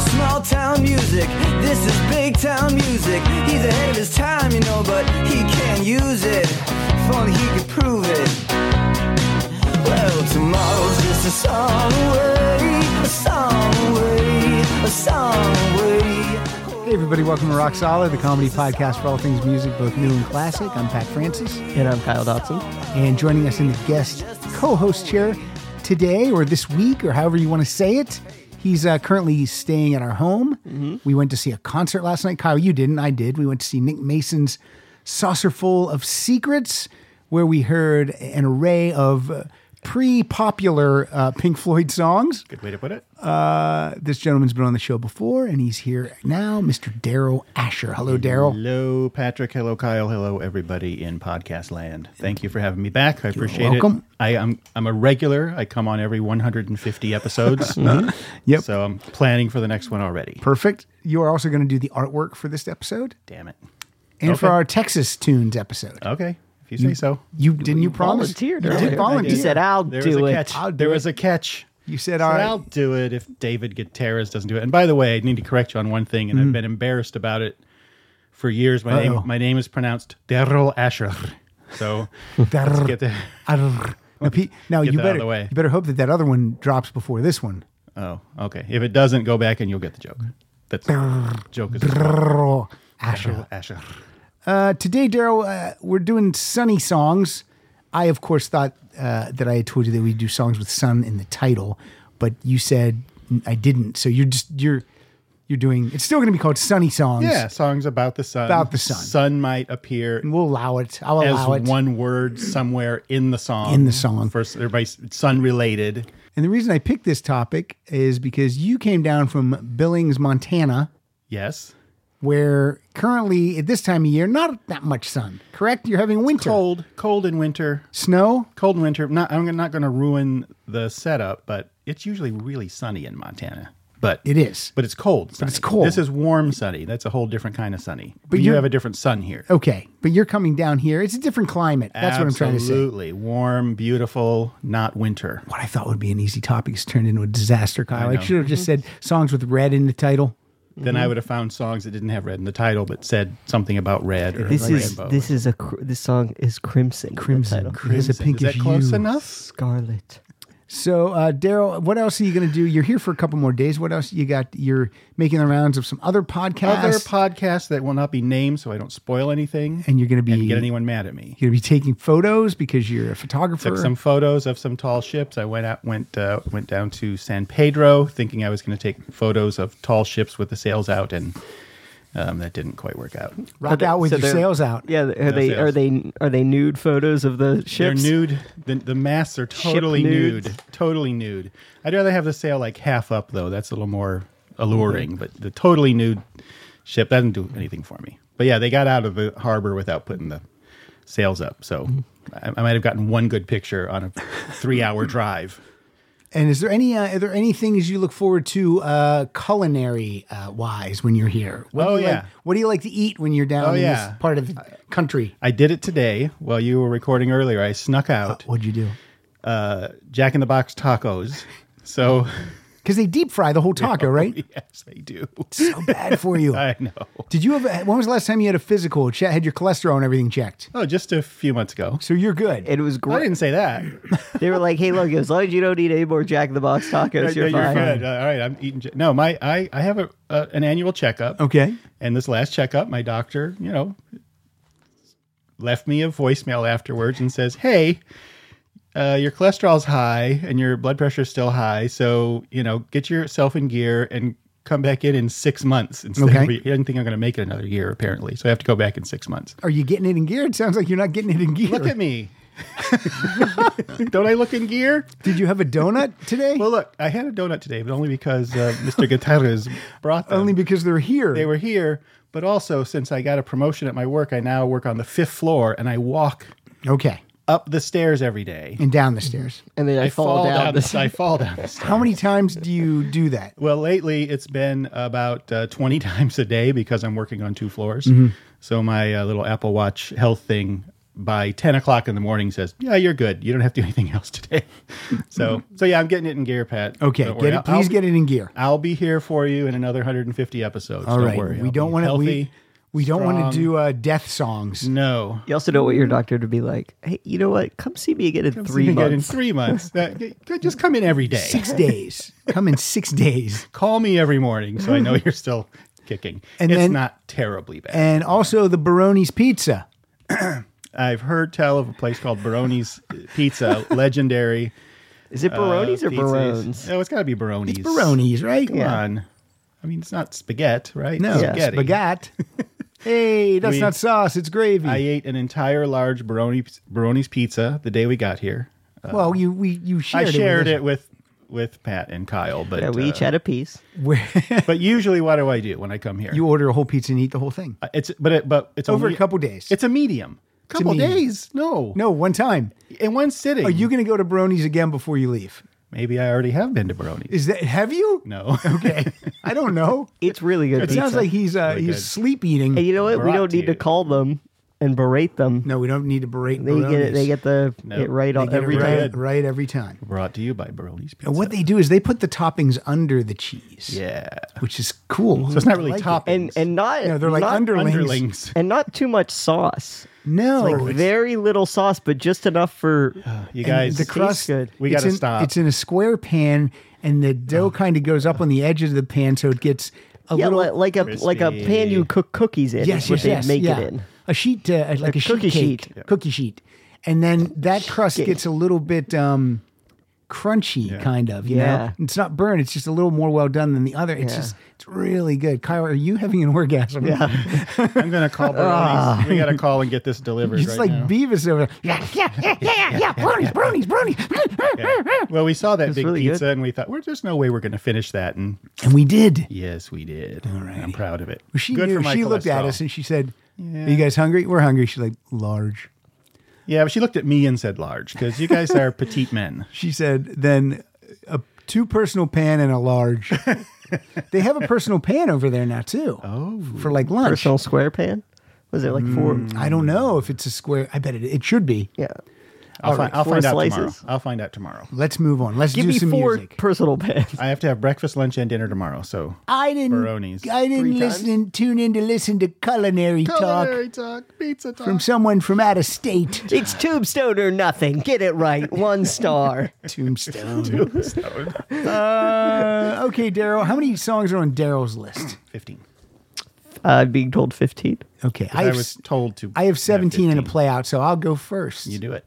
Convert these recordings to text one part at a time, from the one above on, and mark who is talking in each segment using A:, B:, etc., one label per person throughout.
A: small town music. This is big town music. He's ahead of his time, you know, but he can't use it. If only he could prove it. Well, tomorrow's just a song away, a song away, a song away.
B: Hey, everybody, welcome to Rock Solid, the comedy podcast for all things music, both new and classic. I'm Pat Francis,
C: And I'm Kyle Dotson.
B: and joining us in the guest co host chair today, or this week, or however you want to say it, he's uh, currently staying at our home.
C: Mm-hmm.
B: We went to see a concert last night. Kyle, you didn't, I did. We went to see Nick Mason's Saucerful of Secrets, where we heard an array of pre popular uh, Pink Floyd songs.
D: Good way to put it.
B: Uh, This gentleman's been on the show before, and he's here now, Mr. Daryl Asher. Hello, Daryl.
D: Hello, Patrick. Hello, Kyle. Hello, everybody in podcast land. Thank you for having me back. I appreciate
B: welcome.
D: it. I am I'm a regular. I come on every 150 episodes.
B: Uh-huh. Yep.
D: So I'm planning for the next one already.
B: Perfect. You are also going to do the artwork for this episode
D: Damn it.
B: and for
D: Okay. Uh,
B: our Texas Tunes episode.
D: Okay, if you
B: Mm.
D: say so.
B: You didn't you promise?
C: volunteered
B: You
C: earlier.
B: did volunteer.
C: You said, "I'll
D: There was
C: do
D: a
C: it."
D: catch.
B: I'll do
D: there
B: it.
D: was a catch.
B: You said, "All
D: But
B: right."
D: I'll do it if David Gutierrez doesn't do it. And by the way, I need to correct you on one thing, and I've been embarrassed about it for years. My
B: Mm. Uh-oh.
D: name my name is pronounced Daryl Asher. So
B: Darr,
D: get that.
B: arr. Now, Pete, now
D: Get
B: you
D: that out of
B: better
D: the way.
B: you better hope that that other one drops before this one.
D: Oh, okay. If it doesn't, go back and you'll get the joke. That's joke is
B: Brrr, Asher.
D: Asher.
B: Uh, today, Daryl, uh, we're doing sunny songs. I, of course, thought uh, that I had told you that we do songs with sun in the title, but you said I didn't. So you're just you're you're doing. It's still going to be called sunny songs.
D: Yeah, songs about the sun.
B: About the sun.
D: Sun might appear
B: we'll allow it. I'll
D: as
B: allow it.
D: one word somewhere in the song.
B: In the song.
D: First, everybody's sun related.
B: And the reason I picked this topic is because you came down from Billings, Montana,
D: Yes.
B: where currently at this time of year, not that much sun, correct? You're having winter.
D: Cold, cold in winter.
B: Snow?
D: Cold in winter. Not, I'm not going to ruin the setup, but it's usually really sunny in Montana. But
B: It is.
D: But it's cold. But
B: it's cold.
D: This is warm sunny. That's a whole different kind of sunny.
B: But
D: But you
B: you're-
D: have a different sun here.
B: Okay. But you're coming down here. It's a different climate. That's what I'm trying to say.
D: Absolutely. Warm, beautiful, not winter.
B: What I thought would be an easy topic has turned into a disaster, Kyle. I, should have just said songs with red in the title.
D: Then
B: Mm-hmm.
D: I would have found songs that didn't have red in the title, but said something about red or
C: This is
D: rainbow.
C: this is a cr- this song is Crimson. the
B: Crimson.
C: title.
B: It has a
D: Is
B: pinkish
D: that close
B: hue.
D: enough?
C: Scarlet.
B: So, uh, Daryl, what else are you going to do? You're here for a couple more days. What else you got? You're making the rounds of some other podcasts.
D: Other podcasts that will not be named, so I don't spoil anything
B: and you're going to be
D: and get anyone mad at me.
B: You're gonna be taking photos because you're a photographer.
D: Took some photos of some tall ships. I went out, went uh, went down to San Pedro, thinking I was going to take photos of tall ships with the sails out, and um, that didn't quite work out.
B: Rock out with
C: So
B: your
C: they're-
B: sails out.
C: Yeah, are they
D: sales.
C: are they are they nude photos of the ships?
D: They're nude. The, the masts are totally
C: nudes.
D: nude. Totally nude. I'd rather have the sail like half up though. That's a little more alluring. But the totally nude ship doesn't do anything for me. But yeah, they got out of the harbor without putting the sails up. So I, I might have gotten one good picture on a three-hour drive.
B: And is there any uh, are there any things you look forward to uh, culinary uh, wise when you're here? What do
D: Oh,
B: you like-
D: yeah.
B: what do you like to eat when you're down
D: Oh,
B: in
D: yeah.
B: this part of the country?
D: I did it today while you were recording earlier. I snuck out
B: What'd you do?
D: uh, Jack in the Box tacos. So
B: Because they deep fry the whole taco, right?
D: yes, I do.
B: So bad for you.
D: I know.
B: Did you have? When was the last time you had a physical? Che- had your cholesterol and everything checked?
D: Oh, just a few months ago.
B: So you're good.
C: It was
D: I
C: great.
D: didn't say that.
C: They were like, "Hey, look, as long as you don't eat any more Jack in the Box tacos,
D: Yeah,
C: you're fine."
D: good. Uh, all right, I'm eating. j- No, my I, I have a, uh, an annual checkup.
B: okay.
D: And this last checkup, my doctor, you know, left me a voicemail afterwards and says, "Hey, uh, your cholesterol's high and your blood pressure's still high, so you know, get yourself in gear and come back in in six months." Instead
B: Okay.
D: of, he didn't think I'm going to make it another year, apparently. So I have to go back in six months.
B: Are you getting it in gear? It sounds like you're not getting it in gear.
D: Look at me. Don't I look in gear?
B: Did you have a donut today?
D: Well, look, I had a donut today, but only because uh, Mr. Gutierrez brought them.
B: Only because they're here.
D: they were here, but also since I got a promotion at my work, I now work on the fifth floor and I walk
B: okay.
D: up the stairs every day.
B: And down the stairs.
C: And then I,
D: I
C: fall, down.
D: the,
C: this,
D: I fall down the stairs.
B: How many times do you do that?
D: Well, lately it's been about uh, 20
B: Mm-hmm.
D: times a day because I'm working on two floors. So my uh, little Apple Watch health thing by 10 o'clock in the morning says, Yeah, you're good. You don't have to do anything else today. so, so yeah, I'm getting it in gear, Pat.
B: Okay,
D: Don't
B: get
D: worry.
B: it. Please
D: be-
B: get it in gear.
D: I'll be here for you in another 150 episodes.
B: All
D: don't
B: right,
D: worry.
B: we
D: I'll
B: don't
D: be
B: want to we
D: healthy.
B: we don't want to
D: strong.
B: do uh, death songs.
D: No.
C: You also don't want your doctor to be like, hey, you know what? Come see me again in three
D: You can get in
C: months.
D: three months. That- just come in every day.
B: Six days. Come in six days.
D: Call me every morning so I know you're still kicking.
B: Mm-hmm. And
D: it's
B: then-
D: not terribly bad.
B: And also the Baroni's Pizza.
D: I've heard tell of a place called Baroni's Pizza, legendary.
C: Is it Baronies
D: uh,
C: or
D: pizzas.
C: Barones?
D: Oh, it's got to be Baroni's.
B: Baroni's, right?
D: Come on. I mean, it's not spaghetti, right?
B: No,
D: It's spaghetti.
B: spaghetti. hey, that's
D: We-
B: not sauce. It's gravy.
D: I ate an entire large Baroni, Baroni's pizza the day we got here.
B: well, you we you shared
D: Uh, I
B: it.
D: shared
B: with
D: it with with Pat and Kyle, but
C: Yeah, we each
D: uh,
C: had a piece.
B: us. Where
D: but usually, what do I do when I come here?
B: you order a whole pizza and eat the whole thing
D: Uh, it's but it, but it's
B: over
D: only-
B: a couple days.
D: It's a medium.
B: a
D: Couple
B: medium.
D: days? No,
B: no, one time.
D: in one sitting.
B: Are you going to go to Baroni's again before you leave?
D: Maybe I already have been to Baroni's.
B: Is that have you?
D: No.
B: Okay, I don't know.
C: It's really good.
B: It
C: pizza.
B: sounds like he's uh,
D: Really
B: he's
D: good.
B: sleep eating.
C: and you know what? We
D: Brought
C: don't
D: to
C: need to
D: you.
C: call them and berate them.
B: no, we don't need to berate.
C: They get it. They get the
D: Nope.
C: it right on
B: Baroni's. They get it
C: every
B: right,
C: time.
D: time.
B: right every time.
D: Brought to you by Baroni's Pizza.
B: And what they do is they put the toppings under the cheese,
D: Yeah.
B: which is cool.
C: Mm-hmm.
D: So it's not really toppings.
C: And and not
B: No, they're like
C: not-
B: underlings.
D: underlings.
C: and not too much sauce.
B: No,
C: like very little sauce, but just enough for
B: And
D: You guys,
B: the crust.
C: good.
D: We
B: it's
D: gotta
B: in-
D: stop. Oh.
B: It's in a square pan, and the dough kind of goes up on the edge of the pan, so it gets a
C: yeah,
B: little.
C: li- like a like a pan you
D: crispy.
C: cook cookies in.
B: yes,
C: is what
B: yes,
C: they
B: yes,
C: make
B: yeah.
C: it in.
B: A sheet, uh, like, a, sheet
C: cookie
B: cake,
C: sheet.
B: cookie sheet, and then that crust
C: Cake.
B: gets a little bit um, crunchy, kind of. You
C: Yeah.
B: know? it's not burned; it's just a little more well done than the other. It's
C: Yeah.
B: just it's really good. Kyle, are you having an orgasm? Yeah,
D: I'm gonna call Baroni's. we gotta call and get this delivered
B: it's
D: right
B: Ah. like
D: now.
B: Beavis over there. Yeah, yeah, yeah, yeah, yeah. Bronies, bronies, bronies.
D: Yeah. Well, we saw that big
C: really
D: pizza
C: good.
D: and we thought, well, there's no way we're gonna finish that. And
B: and we did.
D: yes, we did. All right. I'm proud of it.
B: Well, she knew. She looked at
D: cholesterol.
B: us and she said,
D: Yeah.
B: "Are you guys hungry? We're hungry." She's like, "Large."
D: Yeah, but she looked at me and said large, because you guys are petite men.
B: She said, "Then a two personal pan and a large." they have a personal pan over there now too. Oh, for like lunch.
C: Personal square pan. Was it like four?
B: I don't know if it's a square. I bet it, it should be.
C: Yeah.
D: I'll, find,
C: right,
D: I'll
C: four
D: find out
C: slices.
D: tomorrow. I'll find out tomorrow.
B: Let's move on. Let's
C: Give
B: do
C: me
B: some
C: four
B: music.
C: personal pans.
D: I have to have breakfast, lunch, and dinner tomorrow. So
B: I didn't.
D: Baronies.
B: I didn't
C: Three
B: listen. Tune in to listen to culinary, talk
D: talk, pizza talk.
B: from someone from out of state.
C: It's tombstone or nothing. Get it right. One star.
B: Tombstone. Uh, okay, Daryl. How many songs are on Daryl's list?
D: Fifteen.
C: Uh, being told fifteen.
B: Okay,
D: I,
B: have
D: was told to.
B: I have 17 in a
D: 15.
B: play out, so I'll go first.
D: You do it.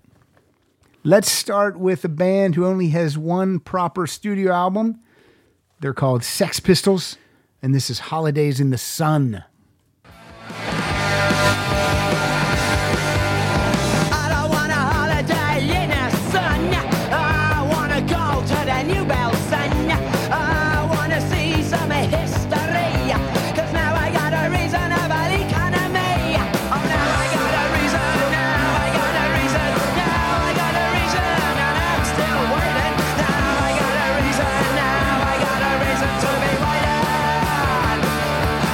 B: Let's start with a band who only has one proper studio album. They're called Sex Pistols, and this is Holidays in the Sun.
E: I don't want a holiday in the sun. I wanna go to the new bell sun. I wanna see some history. Cause now I got a reason about economy. Oh now I got a reason, now I got a reason, now I got a reason, and I'm still waiting. Now I got a reason, now I got a reason to be waiting.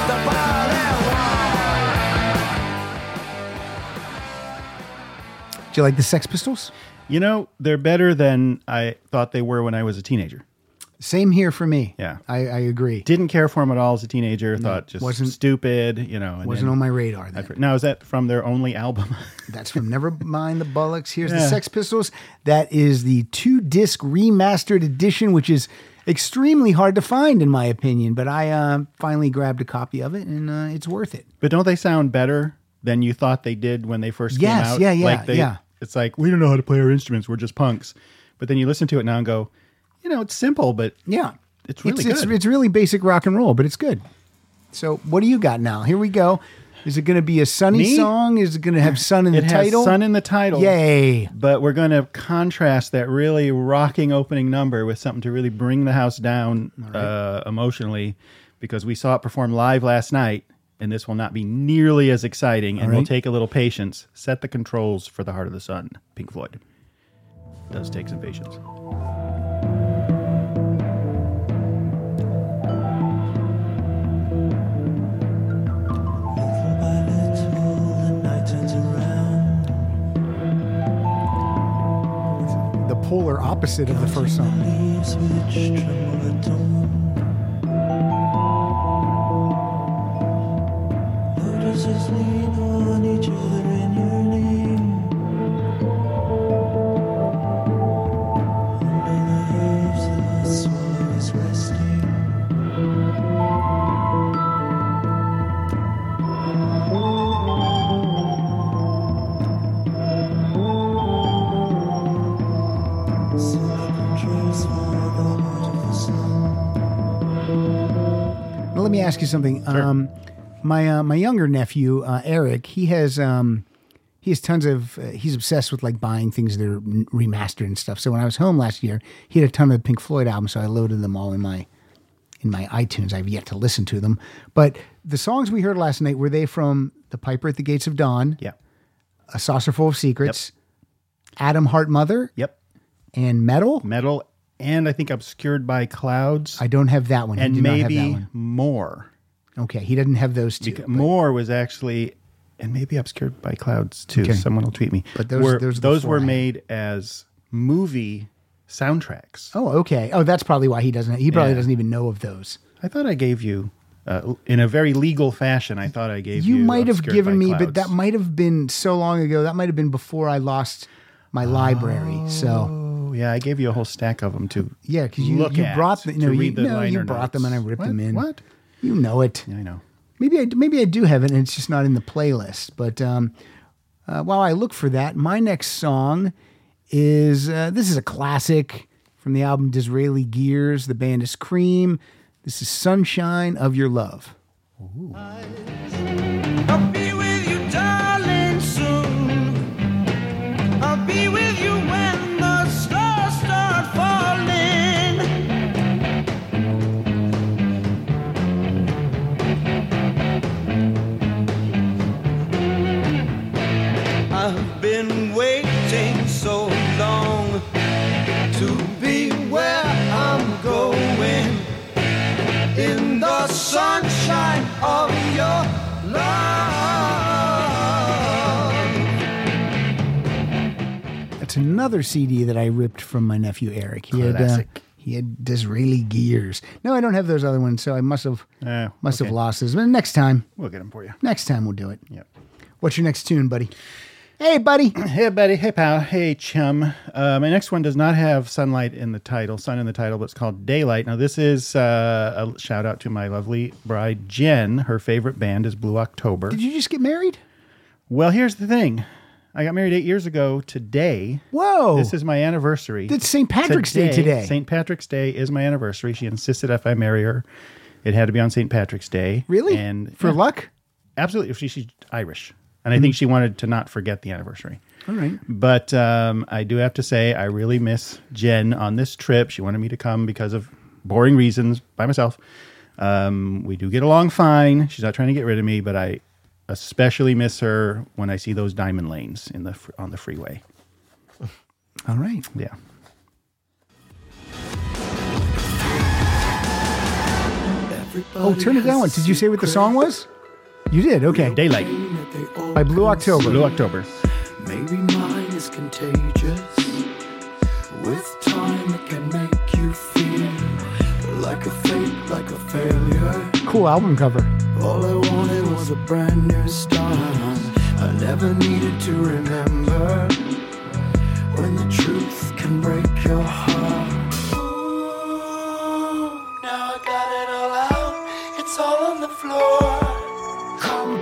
E: The world at war.
B: Do you like the Sex Pistols?
D: You know, they're better than I thought they were when I was a teenager.
B: Same here for me.
D: Yeah.
B: I, I agree.
D: Didn't care for them at all as a teenager. Thought just
B: wasn't-
D: stupid. You know, and
B: Wasn't
D: then-
B: on my radar then.
D: after- Now is that from their only album?
B: That's from Never Mind the Bullocks. Here's the
D: Yeah.
B: Sex Pistols. That is the two disc remastered edition, which is extremely hard to find, in my opinion. But I uh, finally grabbed a copy of it, and uh, it's worth it.
D: but don't they sound better than you thought they did when they first
B: Yes,
D: came out?
B: yeah, yeah,
D: Like they,
B: yeah.
D: It's like we don't know how to play our instruments. We're just punks. But then you listen to it now and go, you know, it's simple, but
B: Yeah.
D: It's really
B: it's,
D: good.
B: It's, really basic rock and roll, but it's good. So what do you got now? Here we go. Is it going to be a sunny
D: Me?
B: song? Is it going to have sun in
D: it
B: the
D: has
B: title?
D: sun in the title.
B: Yay.
D: But we're going to contrast that really rocking opening number with something to really bring the house down uh, emotionally because we saw it perform live last night and this will not be nearly as exciting and we'll
B: right.
D: take a little patience. Set the controls for the heart of the sun, Pink Floyd. Does take some patience.
F: Little by little, the night turns around.
B: polar opposite of the first song. Now, let me ask you something. Um, my uh, my younger nephew uh, Eric, he has um, he has tons of uh, he's obsessed with like buying things that are n- remastered and stuff. So when I was home last year, he had a ton of the Pink Floyd albums, so I loaded them all in my in my iTunes. I've yet to listen to them, but the songs we heard last night were they from The Piper at the Gates of Dawn,
D: Yeah.
B: A Saucer Full of Secrets, Adam Hart Mother,
D: Yep.
B: and Metal.
D: Metal and I think obscured by clouds
B: I don't have that one. He
D: and
B: did not have that
D: maybe
B: one.
D: more.
B: Okay, he doesn't have those two.
D: Beca- more was actually and maybe obscured by clouds too.
B: Okay.
D: Someone will tweet me.
B: But those-
D: were,
B: those are
D: those,
B: the four
D: were
B: I had.
D: made as movie soundtracks.
B: Oh, okay. Oh, that's probably why he doesn't. He probably
D: Yeah.
B: doesn't even know of those.
D: I thought I gave you uh, in a very legal fashion. I thought I gave you.
B: You might have
D: Obscured
B: given
D: by
B: me,
D: Clouds.
B: but that might have been so long ago. That might have been before I lost my library. So
D: Oh, yeah, I gave you a whole stack of them too.
B: yeah, because you
D: Look
B: you
D: at
B: brought the,
D: to
B: no, you,
D: read the
B: no, you
D: liner
B: brought them and I
D: notes.
B: ripped
D: What?
B: them in.
D: What?
B: You know it.
D: I know.
B: Maybe I maybe I do have it, and it's just not in the playlist. But um, uh, while I look for that, my next song is uh, this is a classic from the album Disraeli Gears. The band is Cream. This is "Sunshine of Your Love."
E: I'll be with you, darling, soon. I'll be with you when the stars start falling. I've been waiting so long to be where I'm going in the sunshine of your love.
B: That's another CD that I ripped from my nephew Eric. He had uh,
D: Classic.
B: he had Disraeli gears. No, I don't have those other ones, so I must have
D: Eh,
B: must have
D: okay.
B: lost those. But next time,
D: We'll get them for you.
B: next time we'll do it.
D: Yep.
B: What's your next tune, buddy? Hey, buddy.
D: Hey, buddy. Hey, pal. Hey, chum. Uh, my next one does not have sunlight in the title, sun in the title, but it's called Daylight. Now, this is uh, a shout out to my lovely bride, Jen. Her favorite band is Blue October.
B: Did you just get married?
D: well, here's the thing I got married eight years ago today.
B: Whoa.
D: This is my anniversary.
B: Oh. It's St. Patrick's Day today.
D: St. Patrick's Day is my anniversary. She insisted if I marry her, it had to be on St. Patrick's Day.
B: really?
D: And
B: for
D: yeah,
B: luck?
D: absolutely. She, she's Irish, and
B: Mm.
D: I think she wanted to not forget the anniversary.
B: All right.
D: But um, I do have to say, I really miss Jen on this trip. She wanted me to come because of boring reasons by myself. Um, we do get along fine. She's not trying to get rid of me, but I especially miss her when I see those diamond lanes in the fr- on the freeway.
B: All right.
D: Yeah.
B: Oh, turn it down. Did you say what the song was? You did. Okay.
D: Daylight,
B: By Blue October.
D: Blue October.
F: Maybe mine is contagious. With time, it can make you feel like a fake, like a failure.
B: Cool album cover.
F: All I wanted was a brand new start. I never needed to remember when the truth can break your heart. Ooh, now I got it all out. It's all on the floor. Come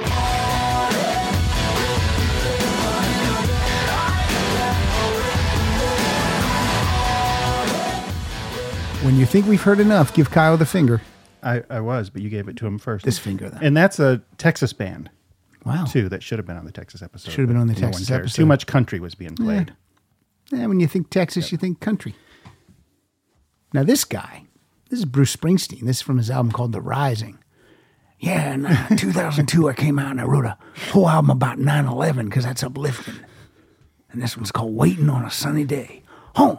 B: When you think we've heard enough, give Kyle the finger.
D: I, I was, but you gave it to him first.
B: This finger, though.
D: And that's a Texas band,
B: Wow.
D: too, that should have been on the Texas episode.
B: Should have been
D: but
B: on the
D: no one
B: Texas
D: cares.
B: episode.
D: Too much country was being played.
B: Yeah, when you think Texas, you think country. Now, this guy, this is Bruce Springsteen. This is from his album called The Rising. Yeah, in uh, 2002, I came out and I wrote a whole album about 9 11 because that's uplifting. And this one's called Waiting on a Sunny Day. Home,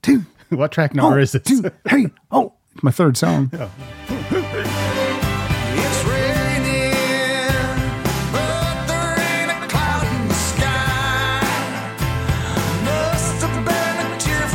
B: two,
D: what track number
B: home,
D: is this?
B: two, three, oh. It's my third song.
F: It's raining, but there ain't a cloud in the sky. Must have been a tear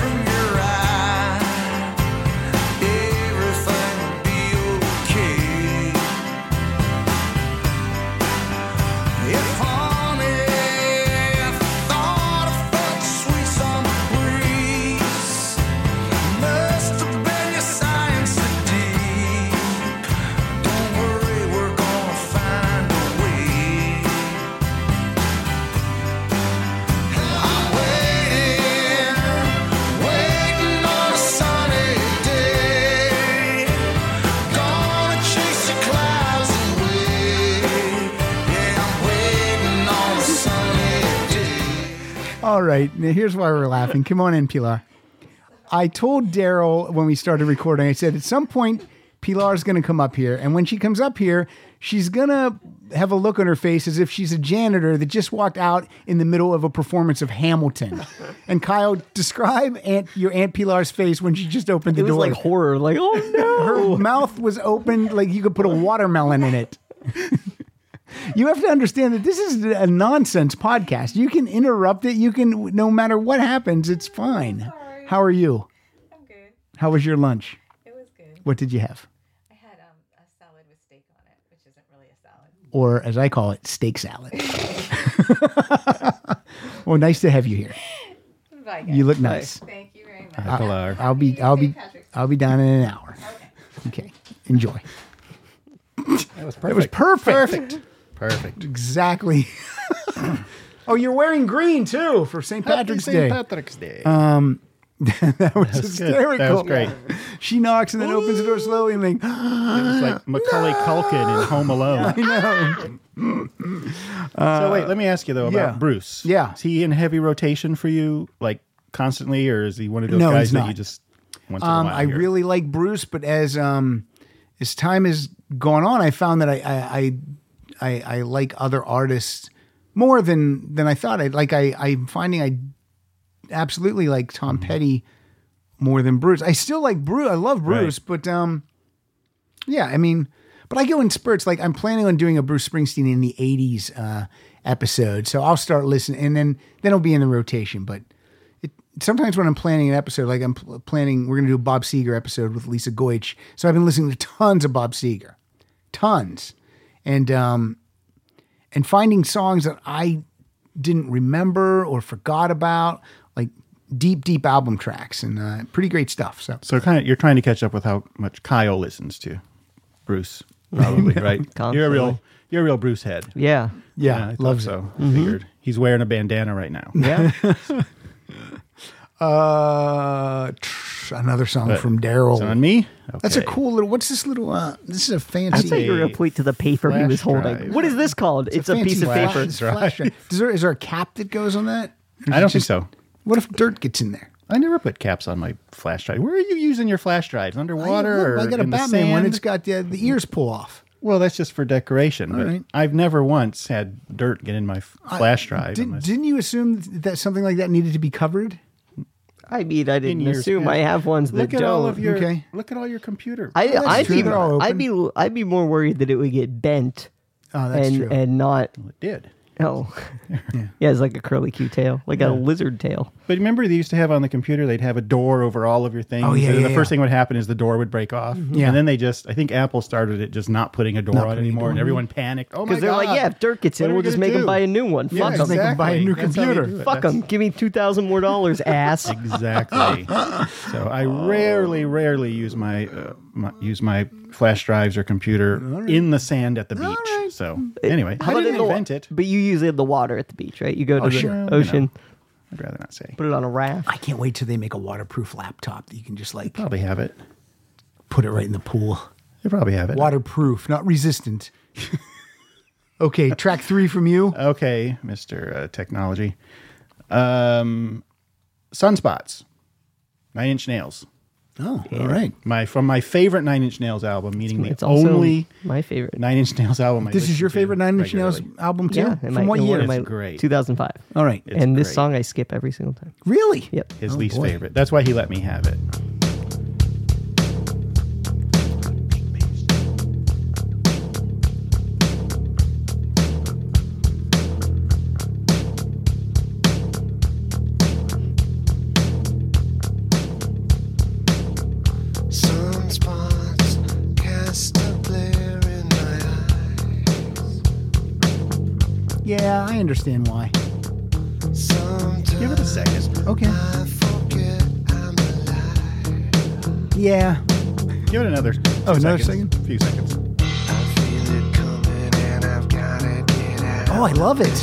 B: All right, now here's why we're laughing. Come on in, Pilar. I told Daryl when we started recording, I said at some point Pilar's going to come up here, and when she comes up here, she's going to have a look on her face as if she's a janitor that just walked out in the middle of a performance of Hamilton. and Kyle, describe Aunt, your Aunt Pilar's face when she just opened the
C: It was
B: door.
C: like horror. Like, oh no.
B: her mouth was open like you could put a watermelon in it. you have to understand that this is a nonsense podcast. You can interrupt it. You can, no matter what happens, it's fine.
G: Sorry.
B: How are you?
G: I'm good.
B: How was your lunch?
G: It was good.
B: What did you have?
G: I had um, a salad with steak on it, which isn't really a salad.
B: Or, as I call it, steak salad. well, nice to have you here.
G: Bye, guys.
B: You look Uh-huh. nice.
G: Thank you very much.
D: Pilar.
B: I'll be, I'll be, I'll be down in an hour. Okay. Enjoy.
D: That was perfect.
B: It was perfect.
D: perfect.
B: Exactly. oh, you're wearing green too for St. Patrick's Day. Uh,
D: Patrick's Day. Um,
B: that was hysterical.
D: good. That was great. Oh,
B: She knocks and then opens the door slowly and like,
D: It was like Macaulay Culkin in Home Alone. so wait, let me ask you though about
B: yeah.
D: Bruce.
B: Yeah.
D: is he in heavy rotation for you, like constantly, or is he one of those
B: No,
D: guys
B: he's
D: that
B: not.
D: you just once in
B: um,
D: a while?
B: I
D: hear?
B: really like Bruce, but as um, as time has gone on, I found that I I I, I, I like other artists more than than I thought. I like I I'm finding I absolutely like Tom Petty more than Bruce. I still like Bruce. I love Bruce, but um, yeah, I mean, but I go in spurts. Like I'm planning on doing a Bruce Springsteen in the '80s uh, episode, so I'll start listening, and then then it'll be in the rotation. But it, sometimes when I'm planning an episode, like I'm pl- planning, we're gonna do a Bob Seger episode with Lisa Goich. So I've been listening to tons of Bob Seger, tons, and um, and finding songs that I didn't remember or forgot about, like deep, deep album tracks and uh, pretty great stuff. So
D: So kind of, you're trying to catch up with how much Kyle listens to Bruce, probably right? You're a real,
C: Constantly.
D: you're a real Bruce head.
C: Yeah.
B: yeah,
D: I thought
B: loves it. Mm-hmm.
D: so. I Figured he's wearing a bandana right now.
C: Yeah.
B: Uh, tr- another song
D: But
B: from
D: Is it on
B: Daryl.
D: me.
B: That's a
D: Okay.
B: cool little. What's this little? Uh, this is a
C: That's how
B: fancy.
D: a
C: you point to the paper he
D: flash
C: was holding.
D: drive.
C: What is this called? It's, a,
B: fancy
C: piece of
B: flash-
C: paper.
B: it's flash drive. Is there is there a cap that goes on that? Or is
D: I
B: it
D: don't
B: just-
D: think so.
B: What if dirt gets in there?
D: I never put caps on my flash drive. Where are you using your flash drives? Underwater
B: Look,
D: or
B: I got a
D: in the
B: Batman one.
D: sand?
B: It's got the, the ears pull off.
D: Well, that's just for decoration. But
B: right.
D: I've never once had dirt get in my f- flash drive.
B: Did,
D: unless-
B: didn't you assume that something like that needed to be covered?
C: I mean, I didn't
D: In years
C: assume.
D: past.
C: I have ones that
D: look at
C: don't.
D: all of your
B: Okay.
D: look at all your computer.
C: I,
B: that's
C: I'd,
B: true,
C: be,
B: they're all
C: I'd be I'd be more worried that it would get bent
B: Oh, that's
C: and
B: true.
C: and not
D: Well, it did.
C: oh yeah. it's like a curly Q tail like a lizard tail
D: But remember, they used to have on the computer, they'd have a door over all of your things.
B: Oh, yeah,
D: And
B: yeah,
D: the first
B: yeah.
D: thing would happen is the door would break off.
B: Yeah.
D: And then they just, I think Apple started it just not putting a door on
B: putting a
D: anymore,
B: door
D: and everyone panicked. Oh, my
C: because they're like
D: God.
C: yeah if dirt gets
D: What
C: in
D: are
C: we'll
D: we
C: just
D: gonna
C: make them
D: do?"
C: buy a new one
D: Yeah,
C: fuck them
B: Make 'em buy a new
D: That's how they
B: computer.
D: do it.
C: fuck
D: That's-
C: them give me two thousand more dollars ass
D: Exactly. so I
B: Oh.
D: rarely, rarely use my, uh, my use my flash drives or computer in the sand at the beach. So anyway, I
C: about
D: didn't
C: in the wa-
D: invent it.
C: but you usually have the water at the beach right you go to the
D: sure. You know.
C: ocean
D: I'd rather not say.
C: put it on a raft
B: I can't wait till they make a waterproof laptop that you can just like
D: Probably have it.
B: put it right in the pool.
D: They probably have it.
B: Waterproof, not resistant. okay, track three from you.
D: Okay, Mister uh, Technology. Um, sunspots. Nine Inch Nails.
B: Oh, all right.
D: My from my favorite Nine Inch Nails album, meaning the
C: it's also
D: only
C: my favorite
D: Nine Inch Nails album. I
B: This
D: listen
B: is your
D: to
B: favorite Nine Inch Nails
D: regularly.
B: album too.
C: yeah it
B: from
C: might
B: what
C: be one
B: year?
C: of my
D: It's great.
C: 2005
B: all right.
D: It's
C: and this
D: great.
C: song I skip every single time
B: Really?
C: yep
D: His
B: Oh,
D: least
B: boy.
D: favorite. That's why he let me have it.
F: Sunspots cast a glare in my eyes.
B: Yeah, I understand why.
D: Give it a
F: Sometimes
D: second.
B: Okay.
F: I forget I'm alive.
B: Yeah.
D: Give it another.
B: Oh,
D: two
B: another
D: seconds. few seconds.
F: I feel it coming and I've gotta get out.
B: Oh, I love it.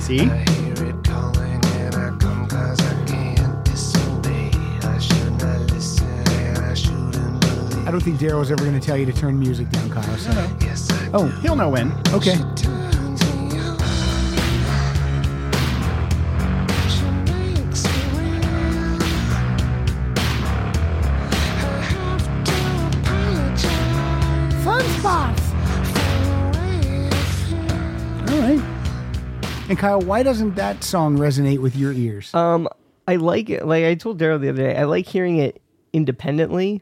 D: See?
F: I hear it calling and I come 'cause I can't disobey. I should not listen and I shouldn't believe.
B: I don't think Daryl's ever going to tell you to turn music down, Kyle. So.
F: Yes, I
B: Oh,
D: He'll know when.
B: okay.
F: turns me on. Should
B: And Kyle, why doesn't that song resonate with your ears?
C: Um, I like it. Like I told Daryl the other day, I like hearing it independently,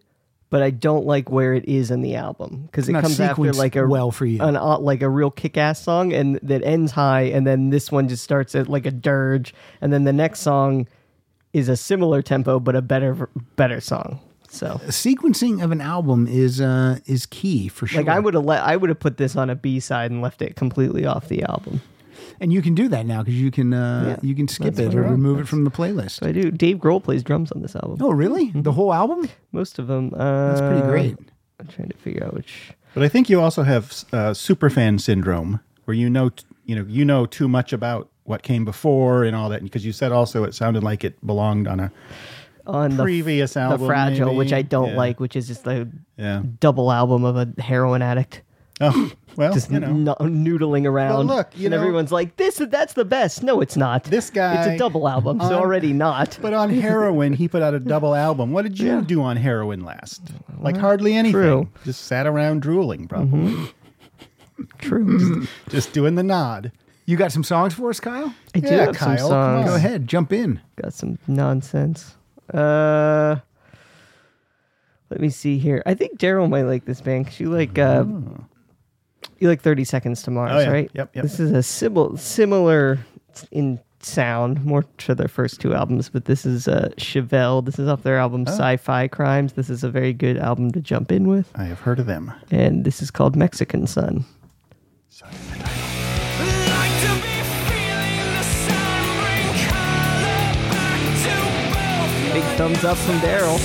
C: but I don't like where it is in the album because it
B: not
C: comes after
B: sequenced
C: like a
B: well for you.
C: an au- like a real kick-ass song, and that ends high, and then this one just starts at like a dirge, and then the next song is a similar tempo but a better better song.
B: Uh,
C: So,
B: Sequencing of an album is uh, is key for sure.
C: like I would have let I would have put this on a B side and left it completely off the album.
B: and you can do that now because you can uh,
C: Yeah.
B: you can skip
C: That's
B: it
C: what
B: or
C: I wrote.
B: remove it from the playlist.
C: I do. Dave Grohl plays drums on this album.
B: Oh, really? The whole album?
C: Most of them. Mm-hmm. Uh,
B: That's pretty great.
C: I'm trying to figure out which.
D: But I think you also have uh, superfan syndrome, where you know, t- you know, you know too much about what came before and all that, because you said also it sounded like it belonged on a
C: on the
D: Previous album,
C: the fragile,
D: maybe.
C: which I don't
D: Yeah.
C: like, which is just the
D: yeah.
C: double album of a heroin addict
D: Oh well,
C: just
D: you know,
C: no- noodling around.
D: But look, you
C: and
D: know-
C: everyone's like, "This that's the best." No, it's not.
D: This
C: it's
D: guy
C: a double album, so
D: on-
C: already not.
D: But on heroin, he put out a double album. What did you do on heroin last? Like hardly anything.
C: true. Mm-hmm.
D: Just sat around drooling, probably.
C: True.
D: Just doing the nod.
B: You got some songs for us, Kyle?
C: I do
D: Yeah,
C: have
D: Kyle,
C: some
D: come on.
C: songs.
B: Go ahead, jump in.
C: Got some nonsense. Uh, let me see here. I think Daryl might like this band 'cause you like uh, you like Thirty Seconds to Mars,
D: Mm-hmm. Oh, yeah.
C: right?
D: Yep, yep.
C: This is a similar similar in sound more to their first two albums, but this is uh, Chevelle. This is off their album
D: Oh.
C: Sci-Fi Crimes. This is a very good album to jump in with,
D: I have heard of them.
C: and this is called Mexican Sun. Big thumbs up from Daryl.